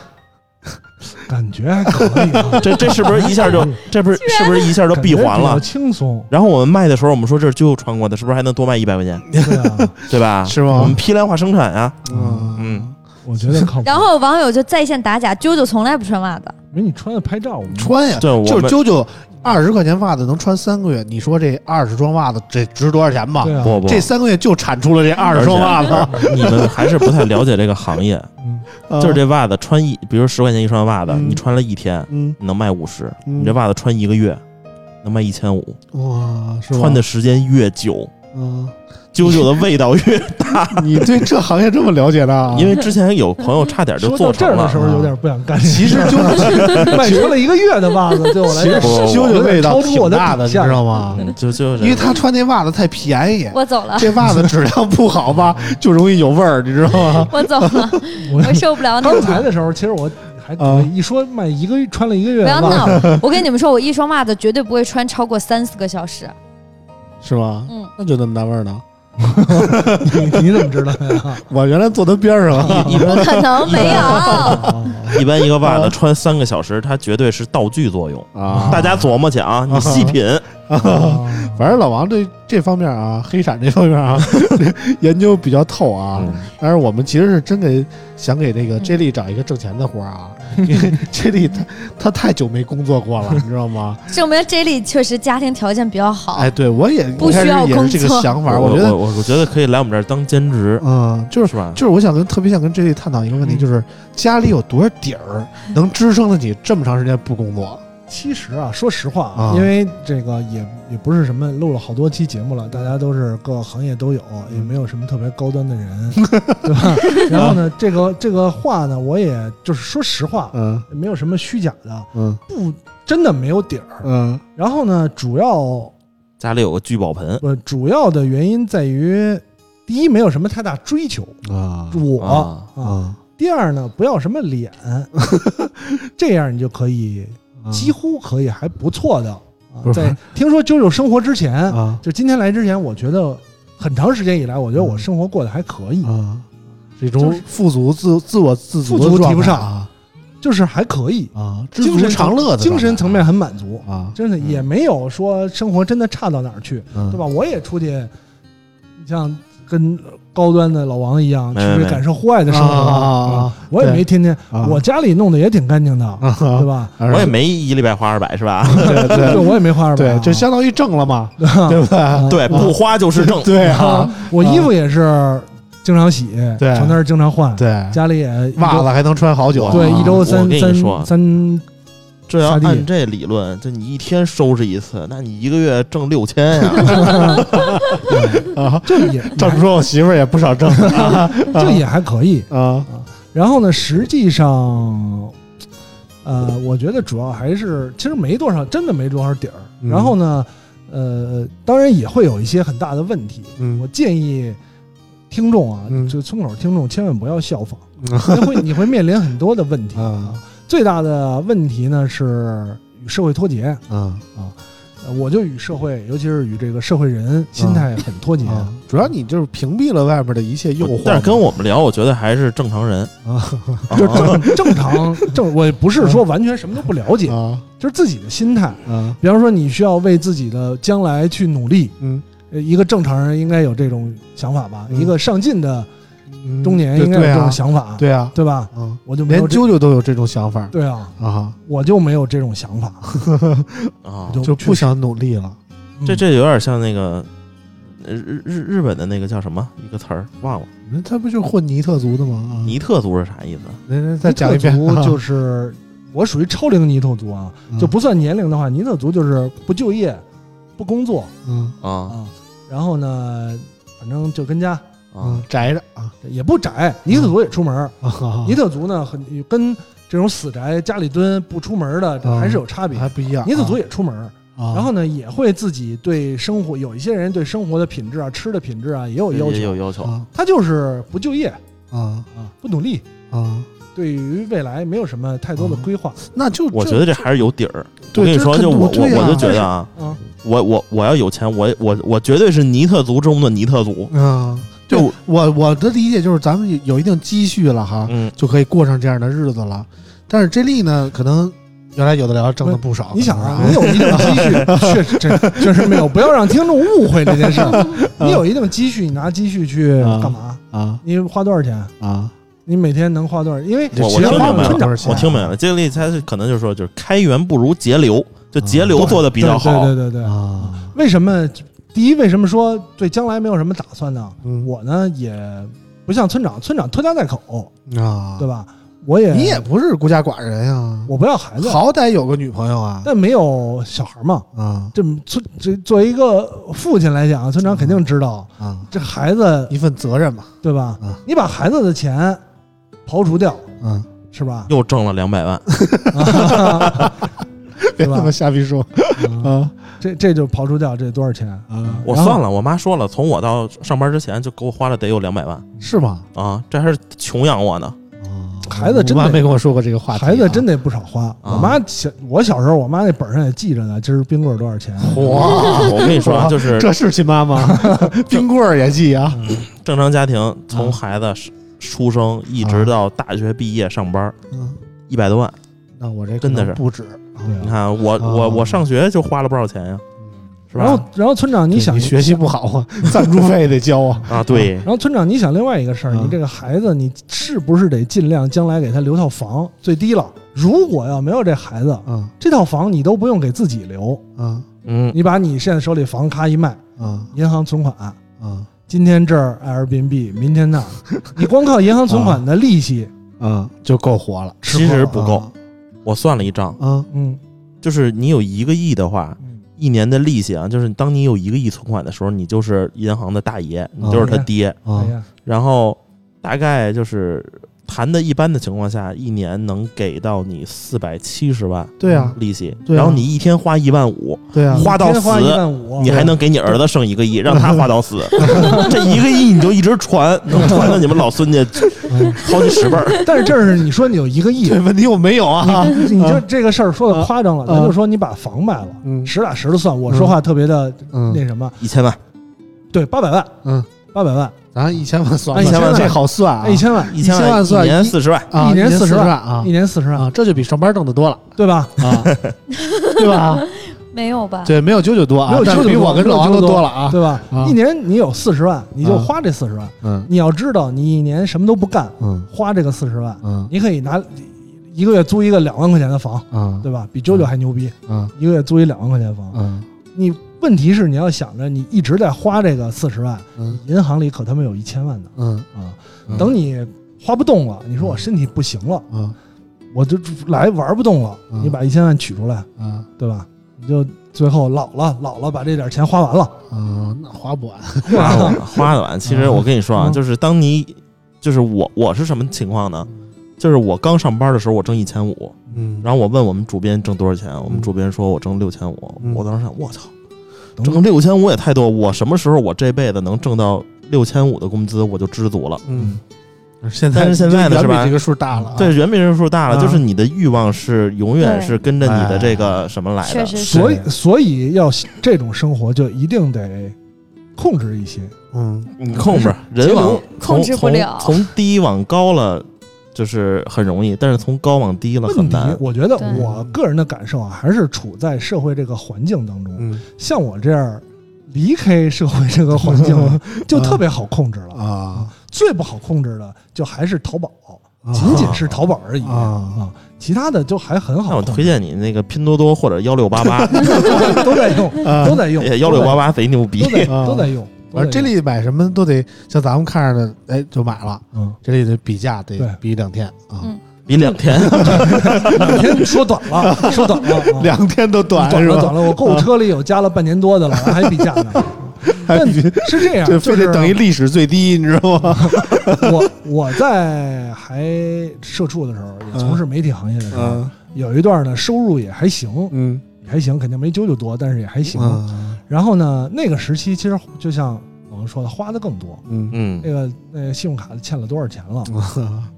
感觉还可以 啊，
这这是不是一下就这不是是不是一下就闭环
感觉比较
了？
轻松，
然后我们卖的时候，我们说这是就穿过的，是不是还能多卖一百块钱？
对啊，
对吧？
是
我
吗
们？批量化生产
啊
呀。
嗯
嗯，
我觉得靠谱。
然后网友就在线打假，啾啾从来不穿袜 子，
没你穿的拍照，我们
穿呀，
对我
就是
们
啾啾二十块钱袜子能穿三个月，你说这二十双袜子这值多少钱吧？
对啊，
不不，
这三个月就产出了这二
而
十
且
双袜子，
你们还是不太了解这个行业。
嗯
啊
就是这袜子穿一，比如十块钱一双袜子，
嗯
你穿了一天，
嗯
你能卖五十；
嗯
你这袜子穿一个月，能卖一千五。
哇，是吧
穿的时间越久，
嗯，
啾啾的味道 越……
啊你对这行业这么了解的啊
因为之前有朋友差点就
说
做
到这
成
儿的时
了。嗯
候有点不想干。
其实啾 啾
卖出了一个月的袜子，对我来
其实
说，
不
啾啾味道挺大的，
我有点超出我的
你
底
知
线
道吗？
嗯就就
因为他穿那袜子太便宜，
我走了，
这袜子质量不好吧，就容易有味儿，你知道 吗？
我走了，
我
我受不了你
刚
们。
才的时候，其实我还
啊
一说卖一个月穿了一个月
不
的
要
袜
闹
子，！
我跟你们说，我一双袜子绝对不会穿超过三四个小时。
是吗？
嗯，
那就那么大味儿呢？
你你怎么知道呀？
我原来坐他边上，
一一
不
般
可能没有，
啊
一般一个袜
啊
子穿三个小时，它绝对是道具作用。
啊
大家琢磨去啊，你细品。
啊
反正老王对这方面啊，黑闪这方面啊， 研究比较透啊。
嗯
但是我们其实是真给想给这个
嗯
J 莉找一个挣钱的活儿啊， 因为 J 莉她她太久没工作
嗯
过了，你知道吗？
证明 J 莉确实家庭条件比较好。
哎，对我也
不需
一开
要
始也
工
是
作
这个想法，
我
觉得，
我我觉得可以来我们这儿当兼职，
嗯，就是
是吧？
就是我想跟特别想跟 J 莉探讨一个问题，
嗯
就是家里有多少底儿
嗯
能支撑得起这么长时间不工作？
其实啊，说实话
啊
因为这个也也不是什么录了好多期节目了，大家都是各个行业都有，
嗯
也没有什么特别高端的人，对吧？ 然后呢，这个这个话呢，我也就是说实话，
嗯
没有什么虚假的，
嗯
不真的没有底儿。
嗯
然后呢，主要
家里有个聚宝盆，
呃主要的原因在于，第一没有什么太大追求，
啊
我
啊
啊，
第二呢，不要什么脸， 这样你就可以几乎可以还不错的。啊
嗯不是
在听说啾啾生活之前，
啊
就今天来之前，我觉得很长时间以来，我觉得我生活过得还可以，
嗯啊，是一
就
种
是
富足自自我自足
富足
的状
提不
态
上
啊
就是还可以，
啊，知
精
足
神
常乐的
精
状态
神层面很满足，
啊，
真的
嗯
也没有说生活真的差到哪儿去，
嗯
对吧？我也出去，你像跟高端的老王一样，出
没没
去
没
感受户外的生活，
啊啊啊啊
嗯我也
对
没天天，
啊
我家里弄得也挺干净的，
啊
对吧？
我
没
也没一礼拜花二百是吧？
对
对，
对
我也没花二百啊，
对，就相当于挣了嘛，对不对？
对，不花就是 挣。
对
啊
啊，，
我衣服也是经常洗，
对
床单儿经常换，
对，
家里也一周
袜子还能穿好久啊，
对，一周
我
三
跟你说
三三，
这要
下地
按这理论，这你一天收拾一次，那你一个月挣六千 呀，
啊，
就 也
这么说，我媳妇儿也不少挣嗯
就也还可以。
啊，
然后呢，实际上，呃，我觉得主要还是其实没多少，真的没多少底儿。
嗯
然后呢，呃，当然也会有一些很大的问题。我
嗯
建议听众啊，
嗯
就村口听众千万不 要效仿，你会你会面临很多的问题。
啊
最大的问题呢是与社会脱节，
啊
呃我就与社会，尤其是与这个社会人心态很脱节。
啊，主要你就是屏蔽了外面的一切诱惑，
但是跟我们聊，我觉得还是正常人。啊
就正正常正，我不是说完全什么都不了解，
啊
就是自己的心态。
啊
比方说，你需要为自己的将来去努力。
嗯，
呃一个正常人应该有这种想法吧？
嗯
一个上进的
嗯
中年
对
应该有
对
这种
啊
想法，
对啊，
对吧？
啊，
我就没
连
有这
啾啾都有这种想法
对啊，
啊，
我就没有这种想法，
啊
我，就
就不
确实
想努力了，
嗯
这这有点像那个呃日日日本的那个叫什么一个词儿忘了，
那他不就是混尼特族的吗？啊
尼特族是啥意思？
来来再讲一遍
尼特，
啊
族就是我属于超龄尼特族啊，
嗯
就不算年龄的话，尼特族就是不就业、不工作
嗯
啊
啊，然后呢，反正就跟家
啊
嗯，宅着啊
也不宅，尼特族也出门儿，
啊，
尼特族呢很跟这种死宅家里蹲不出门的
啊
还是有差别，
还不一样，
尼特族也出门儿，
啊，
然后呢也会自己对生活，有一些人对生活的品质啊、吃的品质啊也有要
也有，
求
要求。
啊
他就是不就业
啊
啊，不努力。
啊，
对于未来没有什么太多的
啊
规划，
那就
我觉得这还是有底儿。
对
我跟你说，
这
就
肯
我我
对啊
我就觉得啊，
啊，
我我我要有钱，我我我绝对是尼特族中的尼特族。
嗯，
就
对我我的理解就是咱们有有一定积蓄了哈，
嗯，
就可以过上这样的日子了。但是 J 莉呢，可能原来有的聊挣的不少，
你想啊，
可
你
能
有一定积 蓄，确实这确实没有，不要让听众误会这件事儿。
嗯
你有一定积蓄，你拿积蓄去干嘛？
啊
你花多少钱？
啊
你每天能花多少？因为
我我
其
听
实
明
花不
白
了
了
多，少
我
钱
听
啊
明白了。这个例子他是可能就是说，就是开源不如节流，就节流做的比较好。
嗯对对对对对，
啊，
为什么？第一，为什么说对将来没有什么打算呢？
嗯
我呢也不像村长，村长拖家带口，
啊，
对吧？我也
你也不是孤家寡人呀，
我不要孩子，
好歹有个女朋友啊
但没有小孩嘛。
啊
这村这作为一个父亲来讲，村长肯定知道
啊，
这孩子
一份责任嘛，
对吧
啊？
你把孩子的钱刨除掉，
嗯，
是吧？
又挣了两百万，
别
对吧
那么瞎逼说
啊
啊
这这就刨除掉这多少钱？
啊，
我
然后
算了，我妈说了，从我到上班之前就给我花了得有两百万
是吗？
啊，这还是穷养我呢。
啊
孩子真
我妈
得
没跟我说过这个话题啊，
孩子真得不少花。
啊
我妈小我小时候，我妈那本儿上也记着呢，今儿冰棍儿多少钱？
哇！我跟你 说啊，就是
这是亲妈 吗？冰棍儿也记啊
正
嗯
常家庭从孩子出生一直到大学毕业上班，
嗯
一百多万。
那我这可
真的
能
是
不止，
你看我
啊
我我上学就花了不少钱呀，是
哦然后
吧？
然后村长，你想
嗯学习不好 啊，赞助费得交啊。
啊，对
然，后村长，你想另外一个事儿，
嗯
你这个孩子，你是不是得尽量将来给他留套房？最低了，如果要没有这孩子，
啊
这套房你都不用给自己留，
啊
嗯，
你把你现在手里房咔一卖，
啊
银行存款，
啊
今天这儿 Airbnb，明天那 儿，你光靠银行存款的利息，
啊，就够活了。
其实不够。
啊
我算了一账，
啊
嗯
就是你有一个亿的话，
嗯
一年的利息啊，就是当你有一个亿存款的时候，你就是银行的大爷，你
啊
就是他爹。
哎
啊
呀，
然后大概就是谈的一般的情况下，一年能给到你四百七十万
对啊
利息，
对啊
然后你一天花一万五，
对啊，
花到
一天花
死
一万
哦
五，嗯
你还能给你儿子剩一个亿，让他花 到死，这一个亿你就一直传，能传到你们 老孙家
嗯
好几十辈儿。
但是这是你说你有一个亿，
对，问题我没有 啊。
你你就这个事儿说的夸张了，
啊
咱就说你把房卖了，
嗯
实打实的算，我说话特别的
嗯
那什么，
一千万，
对，八百万，
嗯，
八百万，
咱一千万算吧，
哎一千万
这好算啊，
哎一千万，
一千
一千万算
一年
一
四十万，
啊
一年
四
40
万
万
啊
一年四十万，
啊，这就比上班挣的多了
对吧？
啊，对吧？
没有吧？
对，没有九九多啊
没有，
但是
九九
比
多
我跟老王都多了啊。
对吧
啊？
一年你有四十万，你就
啊
花这四十万。
嗯
你要知道，你一年什么都不干，
嗯
花这个四十万，
嗯
你可以拿一个月租一个两万块钱的房，
啊
对吧？比九九还牛逼，
啊
一个月租一两万块钱的房。
啊
你问题是你要想着你一直在花这个四十万，
嗯
银行里可他妈有一千万呢
嗯
啊！
嗯
等你花不动了，你说我身体不行了，
啊
我就来玩不动了，
嗯
你把一千万取出来，
啊
对吧？你就最后老了老了把这点钱花完了，
啊，那花不完。
花的晚，花的晚。其实我跟你说啊，
嗯
就是当你，就是我，我是什么情况呢？就是我刚上班的时候，我挣一千五，
嗯
然后我问我们主编挣多少钱，我们主编说我挣六千五
嗯，
我当时想，我操，
等
挣六千五也太多，我什么时候我这辈子能挣到六千五的工资，我就知足了。
嗯，现
但是现在呢
就是
吧
远比这个数大了啊。
对，远比人数大了，
啊
就是你的欲望是永远
对
是跟着你的这个什么来
确
的。
实是。
所以所以要这种生活就一定得控制一些，
嗯，
你控制人往从
控制不了
从从低往高了，就是很容易，但是从高往低了很
问题
难，。
我觉得
对
我个人的感受啊，还是处在社会这个环境当中。
嗯
像我这样离开社会这个环 境，就特别好控制了。
啊，
最不好控制的就还是淘宝，
啊
仅仅是淘宝而已
啊
啊，其他的就还很
那
好
我
控
推
制。
荐你那个拼多多或者幺六八 八，哎
都在用，都在用，
幺六八八贼牛逼
都。在
啊
都在用。
反正这里买什么都得像咱们看着的，哎，就买了。
嗯，
这里得比价得
对
比两天啊，
嗯
比两天
两天说短了，说短 了，啊
两天都短
短
是
了
吧？
短了。我购物车里有加了半年多的了，还比价 呢。
还
但
比
是这样，
这
就
非
是
得等于历史最低，你知道吗？
我我在还社畜的时候，也
啊
从事媒体行业的时候，
嗯
有一段呢收入也还行，
嗯
也还行，肯定没九九多，但是也还行。
嗯
然后呢，那个时期其实就像我们说的，花的更多。
嗯
嗯
那，个那个信用卡欠了多少钱了，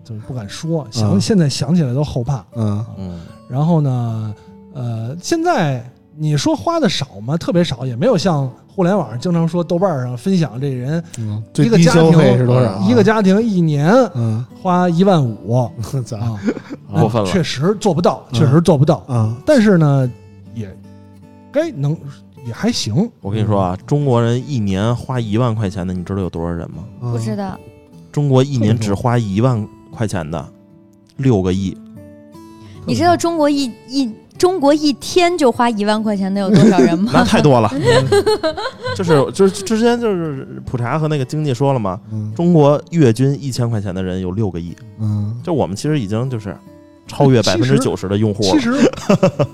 就是不敢说，想
嗯
现在想起来都后怕。
嗯
嗯，
然后呢，呃，现在你说花的少吗？特别少，也没有像互联网上经常说豆瓣儿上分享这人
嗯，最
一个
低
家
消
庭啊
费是多少？啊
一个，家庭一年
嗯，
花一万五
咋
啊，
啊
过分了。
确实做不到，
嗯
确实做不到。
啊？
但是呢，也该能也还行。
我跟你说啊，中国人一年花一万块钱的，你知道有多少人吗？
不
嗯
不知道，
嗯
中国一年只花一万块钱的，六个亿。
嗯
你知道中国一一中国一天就花一万块钱的有多少 人吗？
那太多 了，就是就是之前就是普查和那个经济说了嘛，
嗯
中国月均一千块钱的人有六个亿，
嗯
就我们其实已经就是超越百
其
分
实
之九十的用户
其
了。
实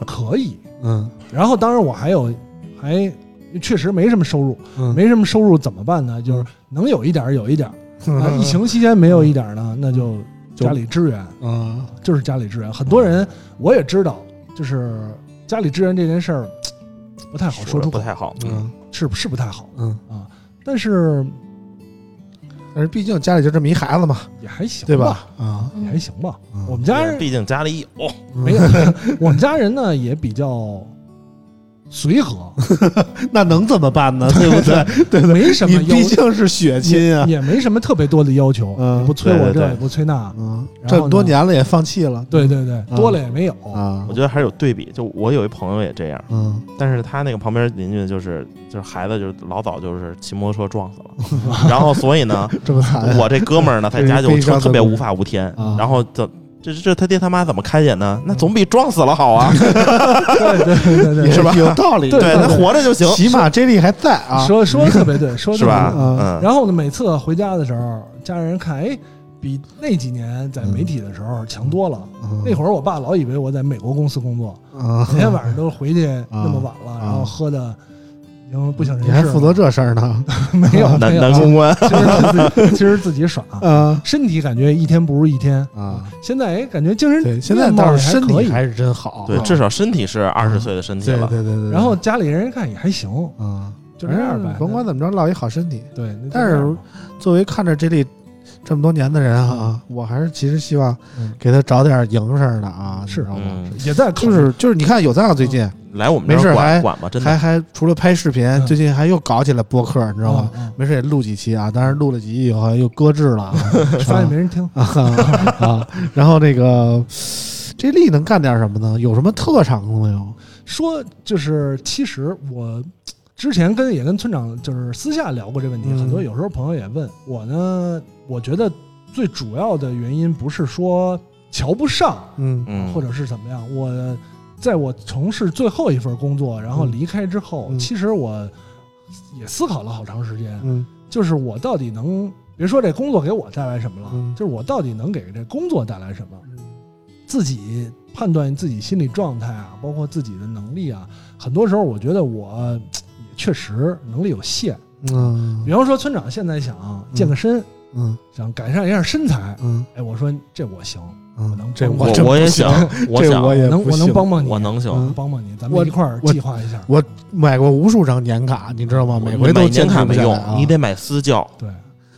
可以。
嗯
然后当然我还有还确实没什么收入，
嗯，
没什么收入怎么办呢？就是能有一点儿有一点儿。啊，疫情期间没有一点儿呢，那就
嗯就嗯
家里支援，
啊，
就是家里支援。很多人我也知道，就是家里支援这件事儿不太好说
的
出
不
口，
太好，
嗯
是是不太好。
嗯，
但是
但是毕竟家里就这么一孩子嘛，
也还行，
对？吧？啊，
也还行吧。
嗯
我们家人
哦 毕竟家里有，
没有，我们家人呢也比较随和，
那能怎么办呢？对不对？ 对不对？
没什么
你
要
毕竟是血亲啊
也，也没什么特别多的要求，
嗯
也不催我
对对
这
对
也不催那，
嗯，
然后
这
呢
么多年了也放弃了
对对对，
嗯
多了也没有。
啊
我，觉得还是有对比。就我有一朋友也这样，
嗯，
但是他那个旁边邻居就是就是孩子就是老早就是骑摩托车撞死 了，然后所以呢，
这么惨啊，
我这哥们儿呢在家
这
就是
悲伤
特
的
特别
故事
无法无天
啊，
然后怎这这他爹他妈怎么开解呢？那总比撞死了好啊，
嗯
对对对 对对，
也有道理，
对
对
对
他活着就行，
起码 J 莉还在啊，
说说的特别对，说的
是吧？
嗯
嗯，
然后呢，每次回家的时候，家人看，哎，比那几年
嗯
在媒体的时候强多了。那会儿我爸老以为我在美国公司工作，
啊，
每天晚上都回去那么晚 了，
啊
然后喝的已经不省人
你
事
还
了。
负责这事儿呢？
没有
男
没有
男公关，
啊，其实自己其实自己耍，
啊
身体感觉一天不如一天。
啊，
现在哎，感觉精神
对，现在倒是身
面貌也
体
还
还
可
是真好，
对，
啊
至少身体是二十岁的身体
对对
了，
对对对。
以。然后家里人看也还行，
啊，
就这样
反。
呗
正嗯甭管怎么着，落一好身体。
对，那就
但
这样
是作为看着 J 莉这么多年的人啊，我还是其实希望
嗯
给他找点营生的啊，
是
你知
嗯
道吗？
嗯，
也在
就
控制。
是就是，你看有藏最近
来我们
没事
这儿
还
管管吧，真
还
的，
还除了拍视频，最近还又搞起来播客，你知道吗？
嗯？
没事也录几期啊，当然录了几期以后又搁置了啊
嗯发现没人听，
啊啊！然后那个 J 莉能干点什么呢？有什么特长没有？
说就是其实我之前跟也跟村长就是私下聊过这问题，
嗯
很多有时候朋友也问我呢，我觉得最主要的原因不是说瞧不上，
嗯
嗯，
或者是怎么样，我在我从事最后一份工作，然后
嗯
离开之后，
嗯
其实我也思考了好长时间，
嗯
就是我到底能别说这工作给我带来什么了，
嗯
就是我到底能给这工作带来什么，自己判断自己心理状态啊，包括自己的能力啊，很多时候我觉得我呃也确实能力有限。
嗯
比方说，村长现在想健个身，
嗯
想改善一下身材，
嗯
哎，我说这我行，
嗯，这
我
我
真
我也
不行
想，我
这
想，
我也
能
哎不
我能
行
帮帮你，
我能行，
嗯
帮帮你，咱
我
们一块儿
我
计划一下。
我买过无数张年卡，你知道啊吗？每
你
回都
买年
坚持
卡
不
没
下来
用
啊，
你得买私教，
对，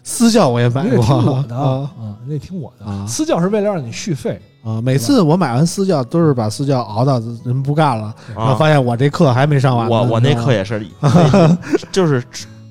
私教我也买
你得
过，
听我的
啊
啊，你得听我
啊
的。私教是为了让你续费，
啊！每次我买完私教，都是把私教熬到人不干了，然后
啊，
发现我这课还没上完呢。
我我那课
也
也是，就是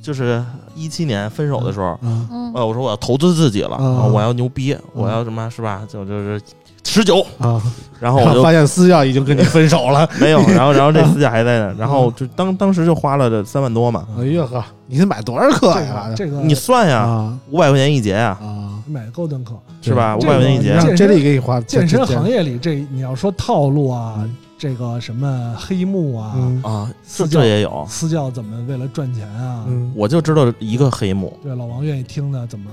就是一七年分手的时候，
啊
嗯，
呃，我说我要投资自己了，
嗯
啊我要牛逼，我要什么是吧？就就是持久，
啊！
然后
然
我
后
就
发现私教已经跟你分手了。
没有，然后然后这私教还在那，然后就当当时就花了这三万多嘛，
哎呀呵，你得买多少课
这
呀
个？这个
你算呀，
啊
五百块钱一节呀，
啊！
买高端课，
是吧？五
这
百
个
块钱一
你
节
让，
让这里给你花
健身行
业
业里这你要说套路啊
嗯，
这个什么黑幕啊，
嗯
啊，
私
这
教
这也有，
私教怎么为了赚钱啊？
嗯
我就知道一个黑幕。
对，老王愿意听的怎么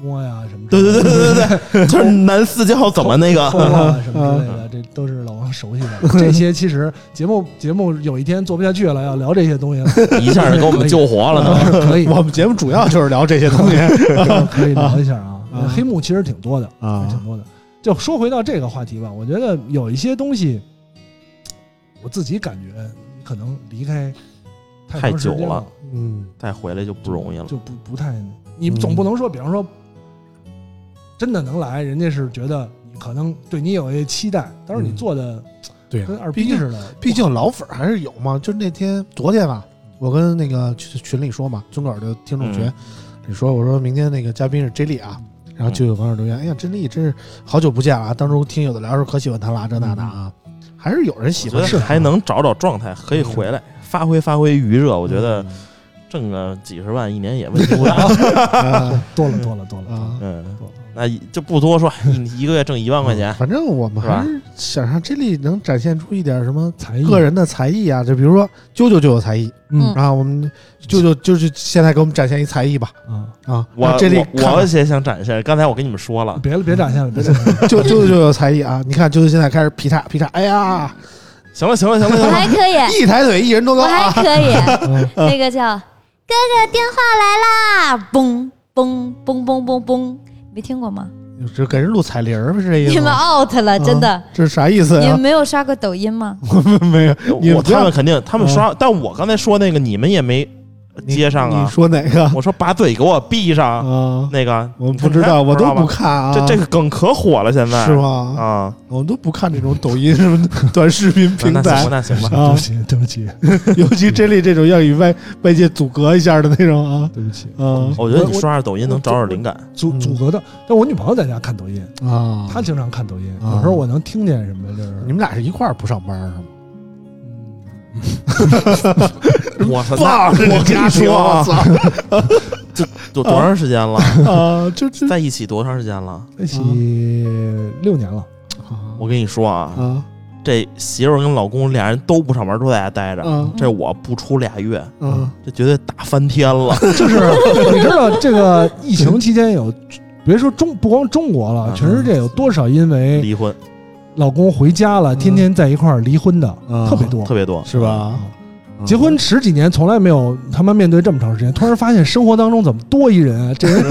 摸呀什么之
对
类
对
的？
对对对对， 就是男私教怎么那个
抠啊什么之类
嗯
的，这都是老王熟悉的。这些其实节目节目有一天做不下去了，要聊这些东西了，
一下就给我们救活了呢。
是可以 的，
我们节目主要就是聊这些东 西
可以聊一下啊
啊。
黑幕其实挺多的，挺
啊
多的。就说回到这个话题吧，我觉得有一些东西，我自己感觉可能离开
太
长时间
久
了
了，
嗯
再回来就不容易了。
就不不太，你
嗯
总不能说，比方说，真的能来，人家是觉得你可能对你有一些期待，但是你
嗯
做的
对啊
跟二
毕
逼
竟
似的，
呃毕竟老粉儿还是有嘛。就是那天昨天吧，我跟那个群群里说嘛，尊狗儿的听众群
嗯
里说，我说明天那个嘉宾是 J 莉啊，然后就有网友留言，哎呀，J 莉真是好久不见了啊！当初听有的聊的时候可喜欢他了，这那的啊，还是有人喜
我
欢
觉 得还能找找状态，可以回
嗯
来发挥发挥余热。我觉得挣个几十万一年也问题不 大。
啊
多了多了多了多了
啊，
嗯
多了。
那就不多说，一一个月挣一万块钱，
反正我们还是想让 J 莉能展现出一点什么。
哎
才艺
个人的才艺啊，就比如说啾啾就有才艺，
嗯
然后我们啾啾就是现在给我们展现一才艺吧，
啊，
啊，
我
这里
我 我也想展现。刚才我跟你们说了，
啊别了别展现了，别展现 了，
就就就有才艺啊！你看，就是现在开始劈叉劈叉，哎呀，
行了行了行了
我
行了，
还可以，
一抬腿一人多
哎我
高
还
啊！
可 以，那个叫哥哥电话来啦，嘣嘣嘣嘣嘣嘣，没听过吗？
这给人录彩铃儿不是这意
你
思
们
吗？啊
out 了，真的，
这是啥意思
你们
呀？
没有刷过抖音吗？
没有，你们
我
不
他
要嗯
们肯定他们刷，但我刚才说那个你们也没
你
接上
你
啊。
说哪个？
我说把嘴给我闭上，
啊，
那个
我们不知道，
你
我
知
都
吧
不看啊。
这这个梗可火了，现在
是吗？
啊，
我们都不看这种抖音什么的短视频
那
平
那
台
行吧，，那行吧，
对不起，对不起，
尤其真理这种要与外外界阻隔一下的那种啊。
对不起，
嗯
我觉得你刷下抖音能找点灵感。
阻
嗯
阻隔的。但我女朋友在家看抖音，
啊，
她经常看抖音，
啊
有时候我能听见什么，就是嗯
你们俩是一块儿不上班是吗？
我操，
爸，
那我跟你说啊，
我
都多长时间了？
操啊，就这
在一起多长时间了？
在一起六年了，
我跟你说啊，
啊
这媳妇儿跟老公俩人都不上班，都在家待着。
啊
这我不出俩月，
啊
这绝对打翻天了。
就是 你知道这个疫情期间有，别说中不光中国
啊
了，
嗯
全世界有多少因为
离婚
老公回家了，
嗯
天天在一块儿离婚的
嗯
特别多啊
特，别多，
是吧？啊
结婚十几年从来没有他妈面对这么长时间，突然发现生活当中怎么多一人啊，这 人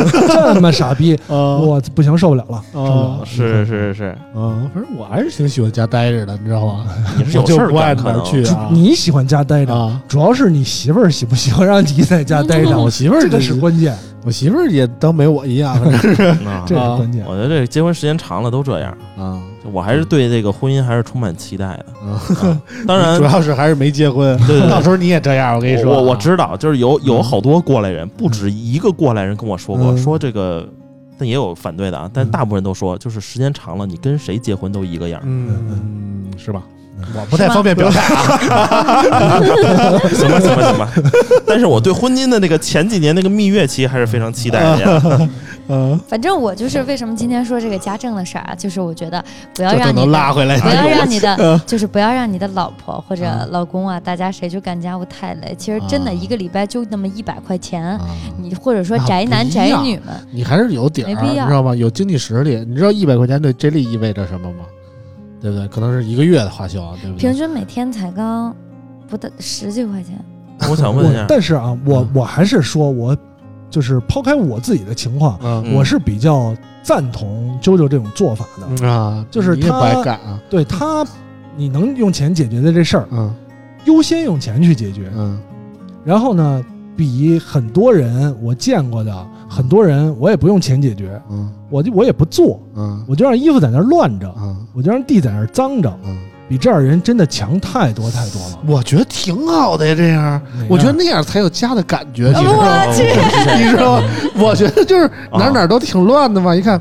这么傻逼，
啊
我不行受不了了，受不了
啊
了，
是是是，
啊！反正我还是挺喜欢家待着的，你知道吗？
你是
我
有
就
事儿
不爱
干
哪
可
儿
能
去啊
你喜欢家待着，
啊！
主要是你媳妇儿喜不喜欢让你在家待 着，
我媳妇儿
这个是关键，
我媳妇儿也当没我一 样，反正是
啊
这是关键。
我觉得这结婚时间长了都这样，
啊。
就我还是对这个婚姻还是充满期待的。
啊
啊当 然
主，要是还是没结婚，
对对
到时候你也这样，我跟你说啊，
我我知道，就是有有
嗯
好多过来人，不止一个过来人跟我说过，
嗯
说这个，但也有反对的啊，但
嗯
大部分人都说，就是时间长了，你跟谁结婚都一个样儿。
嗯，是吧？我不太方便表 达，
行吧，行吧， 行吧。但是我对婚姻的那个前几年那个蜜月期还是非常期待的呀。
嗯，
反正我就是为什么今天说这个家政的事儿啊，就是我觉得不要
这都
让你
能拉回来，
不要让你的
哎嗯，
就是不要让你的老婆或者
啊
老公啊，大家谁去干家务太累。其实真的
啊
一个礼拜就那么一百块钱，
啊
你或者说
那
宅男
不一
宅
样
女们，
你还是有底儿，啊
没必
你
要
知道吗？有经济实力，你知道一百块钱对 J 莉意味着什么吗？对不对？可能是一个月的花销，啊对不
平
对？
均每天才刚不到十几块钱。
我想问 一
我
下，
但是啊，我
嗯
我还是说我就是抛开我自己的情况，
嗯
嗯
我是比较赞同啾啾这种做法的。
啊，
就是
你也不
他
爱干啊，
对他，你能用钱解决的这事儿，
嗯
优先用钱去解决。
嗯
然后呢，比很多人我见过的很多人，我也不用钱解决，
嗯
我就我也不做，
嗯
我就让衣服在那儿乱着，
嗯
我就让地在那儿脏着，
嗯，
比这样人真的强太多太多了。
我觉得挺好的呀，这样，我觉得那样才有家的感觉，其实
我去，
你知道吗？我觉得就是哪儿哪儿都挺乱的嘛，一看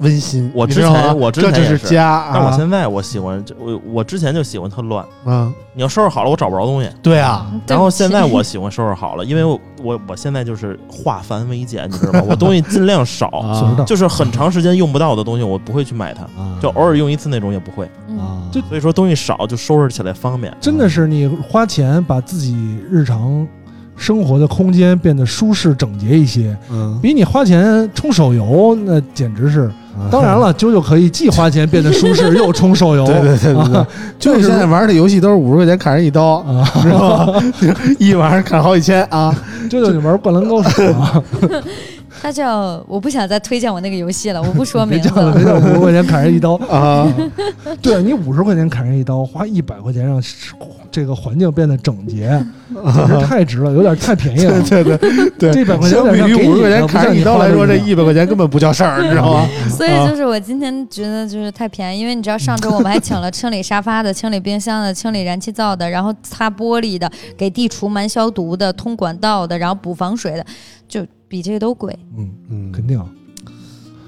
温馨，
我
你
之
知道吗
前我之前
这就
也
是家啊，
但我现在我喜欢这，我我之前就喜欢特乱。
嗯，
你要收拾好了，我找不着东西。
对啊，
对
然
不
后
起
现在我喜欢收拾好了，因为我我我现在就是化繁为简，你知道吗？我东西尽量少，
岁数 大
就是很长时间用不到的东西，我不会去买它，
啊
就偶尔用一次那种也不会。
嗯，
啊，
就
所以说东西少就收拾起来 方便。
真的是你花钱把自己日常生活的空间变得舒适整洁一些，
嗯，
比你花钱充手游那简直是。当然了，啾啾可以既花钱变得 舒适又充手游，
对对对对对
啊
就是现在玩的游戏都是五十块钱砍人一刀，
啊！
知道吗？一晚上砍好几千啊！
啾啾，你玩灌篮高手啊？
他叫我不想再推荐我那个游戏了，我 不说
别
名
这
字
样了，
了
别。叫五十块钱砍人一刀
啊！
对你五十块钱砍人一刀，花一百块钱让这个环境变得整洁，简直太值了，有点太便 宜了。
对对对，
啊这100块钱
相比于
有点像给你
五十块钱
的
砍人一刀来说，这
不像你花的
一百块钱根本不叫事儿，你知道吗？
所
嗯
以就是我今天觉得就是太便宜，因为你知道上周我们还请了清理沙发的、清理冰箱的、清理燃气灶的，然后擦玻璃的、给地除螨消毒的、通管道的，然后补防水的，就比这个都贵。
嗯，
嗯
肯定。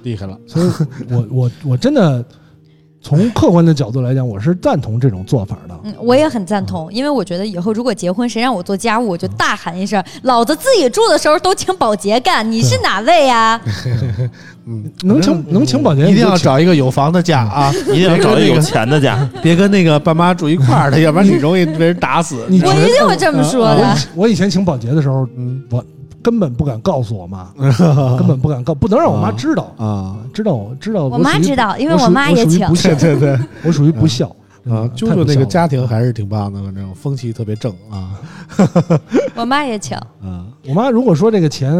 厉害了，
所以我我我真的从客观的角度来讲，我是赞同这种做法的。
嗯，我也很赞同，因为我觉得以后如果结婚，谁让我做家务，我就大喊一声：“老子自己住的时候都请保洁干，你是哪位啊呀、
嗯，
能请能请保洁
一定要
你就请
找一个有房的 家啊，
一定要找一个有钱的家。
别跟那个爸妈住一块儿的，要不然你容易被人打死。
你
知道
我
吗
一定会这么说的。
我以我以前请保洁的时候，
嗯
根本不敢告诉 我妈，根本不敢告，不能让我妈知道，
啊，
知道我知道
我
我
妈
属于
知道，因为
我属
我妈
我
也
属于
请
不。孝
对对 对，
我属于不孝
啊，
真
舅舅那
的嗯太不孝
个
了
家庭还是挺棒的，反正风气特别正啊
我妈也请。
啊
我妈如果说这个钱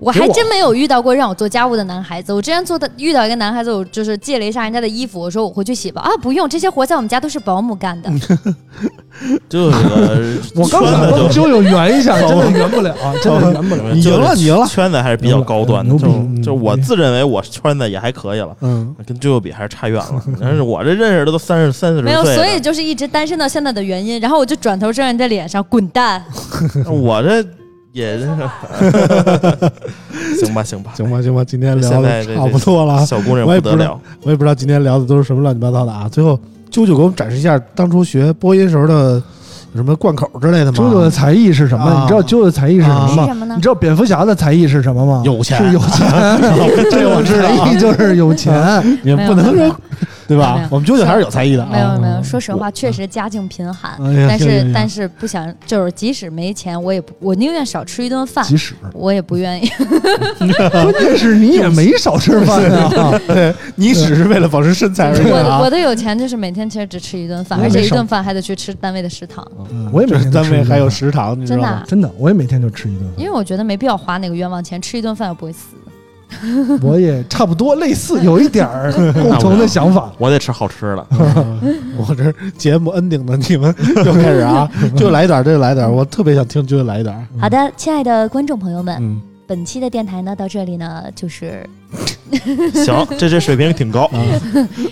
我
给
还
我
真没有遇到过让我做家务的男孩子。我之前做的遇到一个男孩子，我就是借了一下人家的衣服，我说我回去洗吧。啊，不用，这些活在我们家都是保姆干的。
这个
我刚
圈 子
想
就
就有 圆一下，真的圆不了，啊真的圆不了。
你赢了
就是
你赢了
圈子还是比较高端的，
牛逼
就
嗯
就我自认为我圈子也还可以了，
嗯，
跟舅舅比还是差远了。但是我这认识的都三十三四十
没有，
岁
所以
了，
就是一直单身到现在的原因。然后我就转头扔人家脸上，滚蛋！
我这也认识。 行吧，行吧，
行吧行吧，今天 聊
现
的
在这
差不多了啊，
小姑娘
我也
不
不
得
知道
了，
我也不知道今天聊的都是什么乱七八糟的啊。最后，啾啾给我们展示一下当初学播音时候的有什么贯口之 类的吗？
啾啾的才艺是什
啊
么？你知道啾啾的才艺是什么
啊是
吗？
什么呢
你？知道蝙蝠侠的才艺是什么吗？
有钱
是有钱，
这我知道啊
才艺就 是有钱。
你们不能
没有没
说
有
对
没
吧
有？
我们啾啾还是有才艺的
没有
啊。
没有，说实话，确实家境贫寒，
哎呀行行
但是
行
但是不想，就是即使没钱，我也不，我宁愿少吃一顿饭，
即使
我也不愿意。
关键是你也没少吃饭啊，
对你只是为了保持身材而已
我
啊
我。的有钱就是每天其实只吃一顿饭，
我
而且一
没少
顿饭还得去吃单位的食堂，
嗯
我也每
这
天
单位
吃一顿
还有
饭
食堂，你知
真
道
的
吗
啊？，
真的，我也每天就吃一顿
因为我觉得没必要花那个冤枉钱，吃一顿饭又不会死。
饭，我也差不多类似有一点儿共同的想法。
我得吃好吃了。
我这节目 ending 的，你们又开始 啊，就来一点儿，这就来一点儿，我特别想听，就来一点儿。
好的，亲爱的观众朋友们，
嗯，
本期的电台呢到这里呢就是
行，这这水平挺高。
啊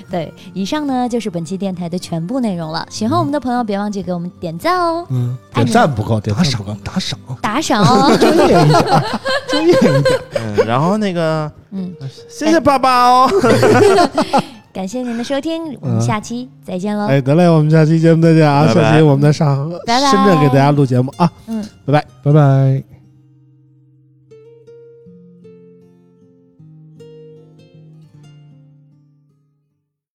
对，以上呢就是本期电台的全部内容了。喜欢我们的朋友，别忘记给我们点赞哦，
嗯，
爱
点
你
赞不够，点
打
赞不
赏
够。
打赏，
嗯
打赏哦。
专业一点儿，专业一点儿。
嗯，然后那个，
嗯，
谢谢爸爸哦。
感谢您的收听，我们下期再见喽，
嗯哎，得嘞，我们下期节目再见啊！
拜拜
下期我们在上
拜拜
深圳给大家录节目啊。
嗯。
拜拜。